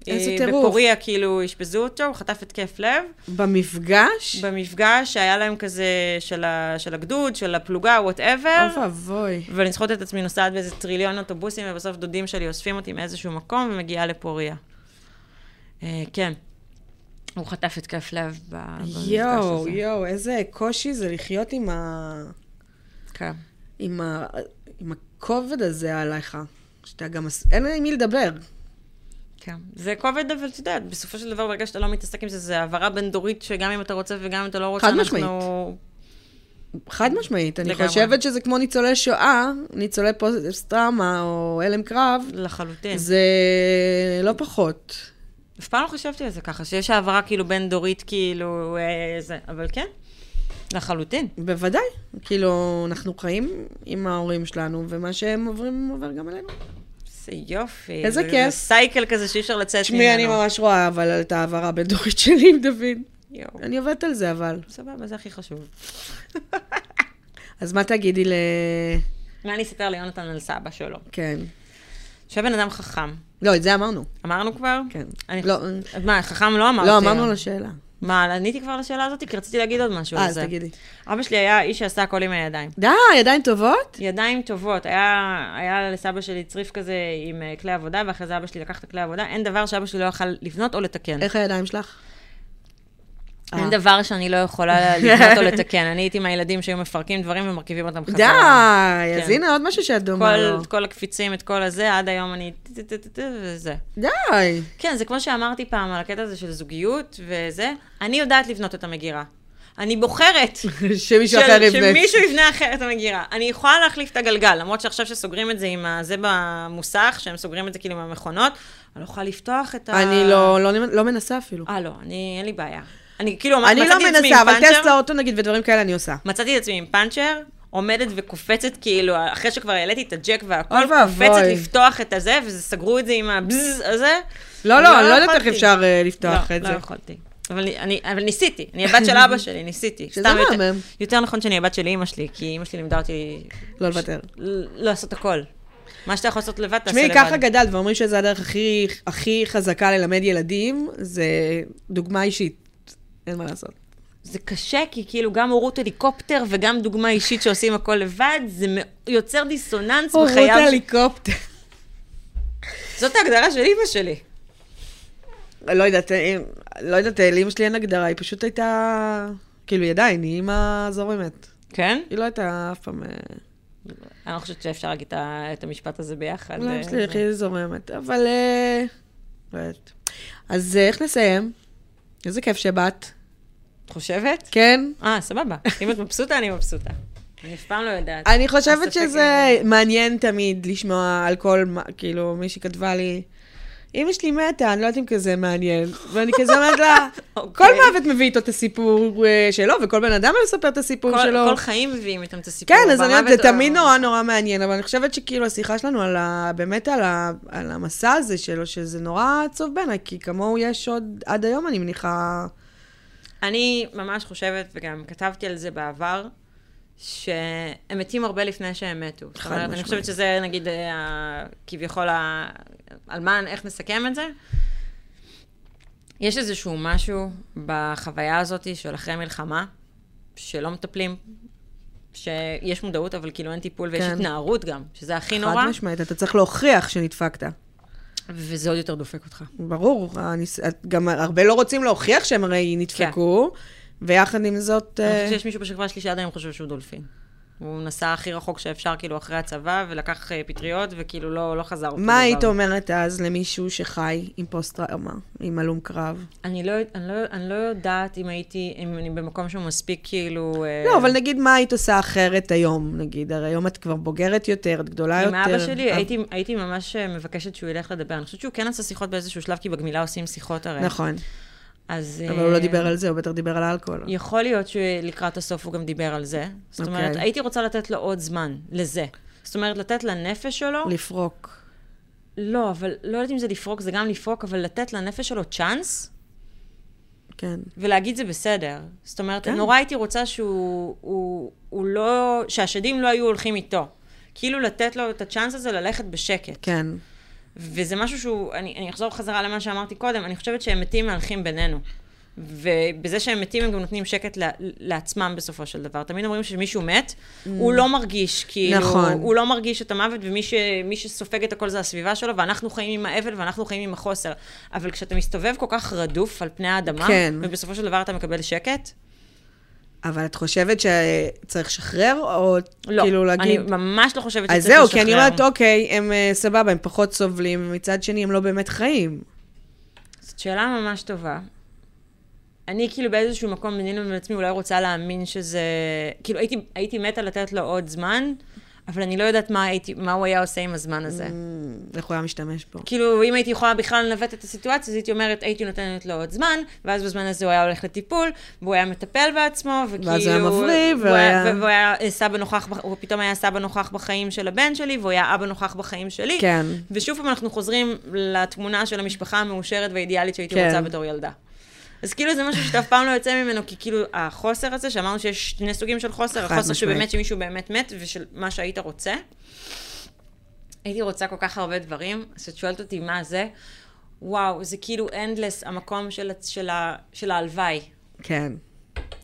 C: איזה
D: אה,
C: טירוף.
D: בפוריה כאילו אשפזו אותו, הוא חטף התקף לב.
C: במפגש?
D: במפגש שהיה להם כזה של, ה, של הגדוד, של הפלוגה, וואטאבר.
C: אוי ואבוי.
D: ואני זוכרת את עצמי נוסעת באיזה טריליון אוטובוסים, ובסוף דודים שלי אוספים אותי מאיזשהו מקום ומגיעה לפוריה. אה, כן. הוא חטף התקף לב ב- במפגש הזה.
C: יואו, יואו, איזה קושי זה לחיות עם ה...
D: כן.
C: עם, ה... עם הכובד הזה עליך, שאתה גם... עס- אין עם מי לדבר.
D: כן. זה כובד, אבל את יודעת, בסופו של דבר, ברגע שאתה לא מתעסק עם זה, זה העברה בין דורית, שגם אם אתה רוצה וגם אם אתה לא רוצה,
C: חד
D: אנחנו...
C: משמעית. חד משמעית, אני
D: לגמרי.
C: חושבת שזה כמו ניצולי שואה, ניצולי פוסט-טראומה או הלם קרב,
D: לחלוטין. זה...
C: זה לא פחות.
D: אף פעם לא חשבתי על זה ככה, שיש העברה כאילו בין דורית, כאילו, אה, זה, אבל כן, לחלוטין.
C: בוודאי. כאילו, אנחנו חיים עם ההורים שלנו, ומה שהם עוברים עובר גם אלינו.
D: איזה יופי.
C: איזה
D: זה-
C: כיף.
D: זה סייקל כזה שאי אפשר לצאת ממנו.
C: תשמעי, אני ממש רואה אבל את ההעברה הבין-דורית שלי עם דוד.
D: יואו,
C: אני עובדת על זה אבל.
D: סבבה, זה הכי חשוב.
C: אז מה תגידי ל...
D: מה אני אספר ליונתן על סבא שלו?
C: כן.
D: שהיה בן אדם חכם.
C: לא, את זה אמרנו.
D: אמרנו כבר?
C: כן.
D: אני...
C: לא,
D: לא. מה, חכם לא אמרתי?
C: לא, אמרנו לשאלה.
D: מה, עניתי כבר לשאלה הזאת? כי רציתי להגיד עוד משהו
C: אה,
D: על
C: אז
D: זה.
C: תגידי.
D: אבא שלי היה איש שעשה הכל עם הידיים.
C: די, ידיים טובות?
D: ידיים טובות. היה, היה לסבא שלי צריף כזה עם אה, כלי עבודה, ואחרי זה אבא שלי לקח את הכלי עבודה. אין דבר שאבא שלי לא יכל לבנות או לתקן.
C: איך אה. הידיים שלך?
D: אין דבר שאני לא יכולה לבנות או לתקן. אני הייתי מהילדים שהיו מפרקים דברים ומרכיבים אותם
C: די,
D: חזרה.
C: אז
D: כן.
C: הנה עוד משהו שאת דומה לו.
D: כל, את כל הקפיצים, את כל הזה, עד היום אני... טה-טה-טה-טה, וזה.
C: די.
D: כן, זה כמו שאמרתי פעם על הקטע הזה של זוגיות וזה. אני יודעת לבנות את המגירה. אני בוחרת
C: שמישהו אחר
D: של-
C: יבנה.
D: שמישהו יבנה אחרת את המגירה. אני יכולה להחליף את הגלגל, למרות שעכשיו שסוגרים את זה עם ה- זה במוסך, שהם סוגרים את זה כאילו עם המכונות, אני לא יכולה לפתוח את ה...
C: אני לא- לא- לא מנסה אפילו.
D: אה, לא, אני, אין לי בעיה. אני כאילו,
C: אני
D: מצאתי
C: לא
D: את עצמי
C: מנסה,
D: עם
C: אבל
D: פאנצ'ר,
C: טסט לאוטו נגיד ודברים כאלה אני עושה.
D: מצאתי את עצמי עם פאנצ'ר, עומדת וקופצת כאילו, אחרי שכבר העליתי את הג'ק
C: אוי
D: והכל,
C: ואבוי. Mm.
D: קופצת לפתוח את הזה, וסגרו את זה עם הבזז הזה.
C: לא,
D: אני
C: לא, אני לא יודעת
D: יכולתי.
C: איך אפשר אה, לפתוח
D: לא,
C: את זה.
D: לא יכולתי. אבל, אני- אני, אבל ניסיתי, אני הבת של אבא שלי, ניסיתי.
C: שזה
D: סתם יותר,
C: מהמם.
D: יותר נכון שאני הבת של אימא שלי, כי אימא שלי לימדה אותי...
C: לא לוותר.
D: ל- לעשות הכל. מה שאתה יכול לעשות לבד, תעשה לבד.
C: תשמעי, ככה גדלת, ואומרים שזו הדרך הכי- הכי חזקה ללמד ילדים, זה דוגמה אישית. אין מה לעשות.
D: זה קשה, כי כאילו גם הורות הליקופטר וגם דוגמה אישית שעושים הכל לבד, זה מ- יוצר דיסוננס
C: הורות
D: בחייו. של-
C: הליקופטר.
D: זאת ההגדרה של אימא שלי.
C: לא יודעת, אה, לא יודעת, אה, לאמא שלי אין הגדרה, היא פשוט הייתה... כאילו, היא עדיין, היא אימא זורמת.
D: כן?
C: היא לא הייתה אף פעם... אה,
D: אני לא חושבת שאפשר להגיד את ה- את המשפט הזה ביחד.
C: לא,
D: אה,
C: אמא שלי
D: זה-
C: הכי זורמת, אבל... אה, לא יודעת. אז אה, איך נסיים? איזה כיף שבאת.
D: את חושבת?
C: כן?
D: אה, סבבה. אם את מבסוטה, אני מבסוטה. אני אף פעם לא יודעת.
C: אני חושבת
D: הספק
C: שזה מעניין תמיד לשמוע על כל, מה- כאילו, מישהי כתבה לי, אמא שלי מתה, אני לא יודעת אם כזה מעניין. ואני כזה אומרת לה,
D: אוקיי.
C: כל מוות מביא איתו את הסיפור אה, שלו, וכל בן אדם מספר את הסיפור
D: כל,
C: שלו.
D: כל חיים מביאים איתם את הסיפור.
C: כאילו
D: אה.
C: כן, אז אני
D: במוות
C: יודעת, זה
D: או-
C: תמיד נורא נורא מעניין, אבל אני חושבת שכאילו השיחה שלנו על ה... באמת על, ה... על המסע הזה שלו, שזה נורא עצוב בעיניי, כי כמוהו יש עוד, עד היום אני מניחה...
D: אני ממש חושבת, וגם כתבתי על זה בעבר, שהם מתים הרבה לפני שהם מתו. זאת אומרת, אני
C: משמעית.
D: חושבת שזה נגיד אה, ה- כביכול ה... על מה, איך נסכם את זה? יש איזשהו משהו בחוויה הזאת של אחרי מלחמה, שלא מטפלים, שיש מודעות, אבל כאילו אין טיפול ויש
C: כן.
D: התנערות גם, שזה הכי נורא,
C: חד משמעית, אתה צריך להוכיח שנדפקת.
D: וזה עוד יותר דופק אותך.
C: ברור, הניס... את- גם הרבה לא רוצים להוכיח שהם הרי נדפקו, ויחד עם זאת...
D: כן. אני
C: אה,
D: חושבת שיש מישהו בשכבה שלי שעד היום חושב שהוא דולפין. הוא נסע הכי רחוק שאפשר, כאילו, אחרי הצבא, ולקח אה, פטריות, וכאילו לא, לא חזר אותו
C: מה היית אומרת אז למישהו שחי עם פוסט-טראומה, עם הלום קרב?
D: אני לא, אני, לא, אני לא יודעת אם הייתי, אם אני במקום שהוא מספיק, כאילו... אה,
C: לא, אבל נגיד, מה היית עושה אחרת היום, נגיד? הרי היום את כבר בוגרת יותר, את גדולה יותר.
D: עם אבא שלי,
C: אה,
D: הייתי, הייתי ממש אה, מבקשת שהוא ילך לדבר. אני חושבת שהוא כן עשה שיחות באיזשהו שלב, כי בגמילה עושים שיחות הרי.
C: נכון,
D: אז...
C: אבל הוא לא
D: אה,
C: דיבר על זה, הוא בטח דיבר על האלכוהול.
D: יכול להיות שלקראת הסוף הוא גם דיבר על זה. זאת אומרת,
C: אוקיי.
D: הייתי רוצה לתת לו עוד זמן, לזה. זאת אומרת, לתת לנפש שלו...
C: לפרוק.
D: לא, אבל לא יודעת אם זה לפרוק, זה גם לפרוק, אבל לתת לנפש שלו צ'אנס,
C: כן,
D: ולהגיד זה בסדר. זאת אומרת,
C: כן.
D: כן. נורא הייתי רוצה שהוא הוא, הוא לא, שהשדים לא היו הולכים איתו. כאילו לתת לו את הצ'אנס הזה ללכת בשקט.
C: כן.
D: וזה משהו שהוא, אני, אני אחזור חזרה למה שאמרתי קודם, אני חושבת שהם מתים מהלכים בינינו. ובזה שהם מתים, הם גם נותנים שקט לה, לעצמם בסופו של דבר. תמיד אומרים שמישהו מת, mm. הוא לא מרגיש, כאילו,
C: נכון.
D: הוא לא מרגיש את המוות, ומי ש, מי שסופג את הכל זה הסביבה שלו, ואנחנו חיים עם האבל ואנחנו חיים עם החוסר. אבל כשאתה מסתובב כל כך רדוף על פני האדמה,
C: כן.
D: ובסופו של דבר אתה מקבל שקט,
C: אבל את חושבת שצריך לשחרר, או
D: לא.
C: כאילו להגיד...
D: אני ממש לא חושבת שצריך
C: אז
D: לשחרר.
C: זהו, כי אני אומרת, אוקיי, הם אה, סבבה, הם פחות סובלים, ומצד שני, הם לא באמת חיים.
D: זאת שאלה ממש טובה. אני כאילו באיזשהו מקום בינינו לבין עצמי אולי רוצה להאמין שזה... כאילו הייתי, הייתי מתה לתת לו עוד זמן, אבל אני לא יודעת מה, הייתי, מה הוא היה עושה עם הזמן הזה.
C: Mm, איך הוא היה משתמש בו?
D: כאילו, אם הייתי יכולה בכלל לנווט את הסיטואציה, אז הייתי אומרת, הייתי נותנת לו עוד זמן, ואז בזמן הזה הוא היה הולך לטיפול, והוא היה מטפל בעצמו, וכאילו...
C: ואז הוא היה מבריא,
D: והוא היה...
C: והיה-
D: והוא היה אה, סבא נוכח, בח- הוא פתאום היה סבא נוכח בחיים של הבן שלי, והוא היה אבא נוכח בחיים שלי.
C: כן.
D: ושוב פעם אנחנו חוזרים לתמונה של המשפחה המאושרת והאידיאלית שהייתי
C: כן.
D: רוצה בתור ילדה. אז כאילו זה משהו שאתה אף פעם לא יוצא ממנו, כי כאילו החוסר הזה, שאמרנו שיש שני סוגים של חוסר,
C: חד
D: החוסר
C: משמעית.
D: שבאמת שמישהו באמת מת, ושל מה שהיית רוצה. הייתי רוצה כל כך הרבה דברים, אז את שואלת אותי מה זה, וואו, זה כאילו endless המקום של, ה- של, ה- של ההלוואי.
C: כן.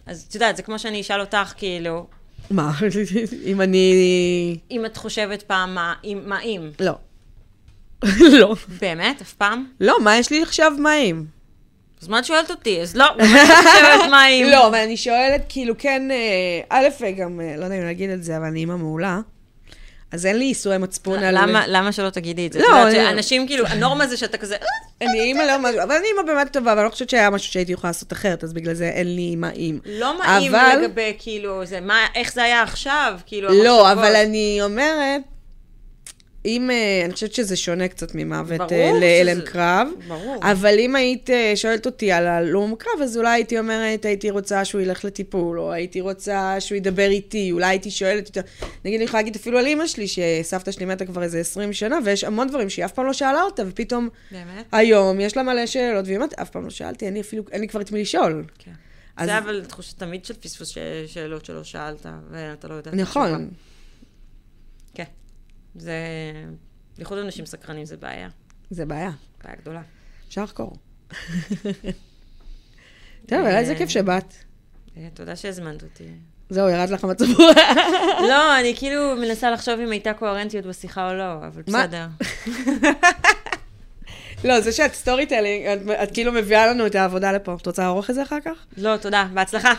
D: אז את יודעת, זה כמו שאני אשאל אותך, כאילו,
C: מה, אם אני...
D: אם את חושבת פעם מה אם, מה אם.
C: לא. לא.
D: באמת? אף פעם?
C: לא, מה יש לי עכשיו מים?
D: אז מה את שואלת אותי? אז לא, מה את חושבת מה אם?
C: לא, אבל אני שואלת, כאילו, כן, אה, א', גם, אה, לא יודע אם להגיד את זה, אבל אני אימא מעולה, אז אין לי איסורי מצפון על...
D: למה, למה שלא תגידי את זה?
C: לא,
D: את יודעת
C: אני-
D: שאנשים, כאילו, הנורמה זה שאתה כזה, "אה,
C: אני אימא לא משהו, אבל אני אימא באמת טובה, אבל אני לא חושבת שהיה משהו שהייתי יכולה לעשות אחרת, אז בגלל זה אין לי מה אם.
D: לא נעים
C: אבל-
D: לגבי, כאילו, זה, מה, איך זה היה עכשיו? כאילו,
C: לא,
D: המחשבות.
C: אבל אני אומרת, אם, אה, אני חושבת שזה שונה קצת ממוות אה,
D: ברור
C: להלם
D: שזה-
C: קרב,
D: ברור.
C: אבל אם היית אה, שואלת אותי על הלום קרב, אז אולי הייתי אומרת, הייתי רוצה שהוא ילך לטיפול, או הייתי רוצה שהוא ידבר איתי, אולי הייתי שואלת אותו, נגיד, אני יכולה להגיד אפילו על אימא שלי, שסבתא שלי מתה כבר איזה 20 שנה, ויש המון דברים שהיא אף פעם לא שאלה אותה, ופתאום
D: באמת?
C: היום יש לה מלא שאלות, והיא אומרת, אף פעם לא שאלתי, אין לי אפילו, אין לי כבר את מי לשאול.
D: כן.
C: אז-
D: זה אבל תחושה תמיד של פספוס ש- שאלות שלא שאלת, ואתה לא יודע. את התשובה.
C: נכון,
D: כן. זה... בייחוד אנשים סקרנים זה בעיה.
C: זה בעיה.
D: בעיה גדולה.
C: אפשר לחקור. טוב, אבל איזה כיף שבאת.
D: אה, תודה שהזמנת אותי.
C: זהו, ירד לך המצב רוח.
D: לא, אני כאילו מנסה לחשוב אם הייתה קוהרנטיות בשיחה או לא, אבל
C: מה?
D: בסדר.
C: לא, זה שאת סטורי טלינג, את- את כאילו מביאה לנו את העבודה לפה. את רוצה לערוך את זה אחר כך?
D: לא, תודה, בהצלחה.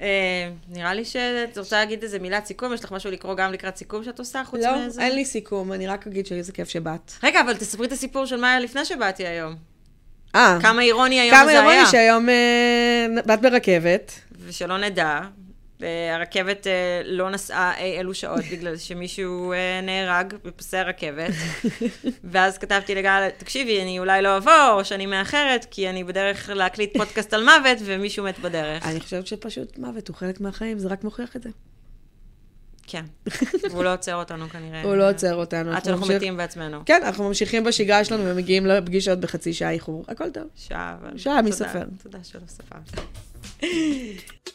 D: אה, נראה לי שאת רוצה להגיד איזה מילת סיכום, יש לך משהו לקרוא גם לקראת סיכום שאת עושה חוץ
C: לא,
D: מזה?
C: אין לי סיכום, אני רק אגיד שאיזה כיף שבאת.
D: רגע, אבל תספרי את הסיפור של מה היה לפני שבאתי היום.
C: אה,
D: כמה אירוני היום
C: כמה
D: זה
C: יום
D: היה.
C: לי שהיום אה, באת ברכבת.
D: ושלא נדע, אה, הרכבת אה, לא נסעה אי אלו שעות בגלל שמישהו אה, נהרג בפסי הרכבת. ואז כתבתי לגל, תקשיבי, אני אולי לא אבוא, או שאני מאחרת, כי אני בדרך להקליט פודקאסט על מוות, ומישהו מת בדרך.
C: אני חושבת שפשוט מוות הוא חלק מהחיים, זה רק מוכיח את זה.
D: כן. והוא לא עוצר אותנו כנראה.
C: הוא לא עוצר אותנו.
D: עד שאנחנו
C: ממשיך-
D: מתים בעצמנו.
C: כן, אנחנו ממשיכים בשגרה שלנו ומגיעים לפגישות בחצי שעה איחור. הכל טוב.
D: שעה, אבל...
C: שעה, מי
D: תודה,
C: סופר?
D: תודה שלא ספרת.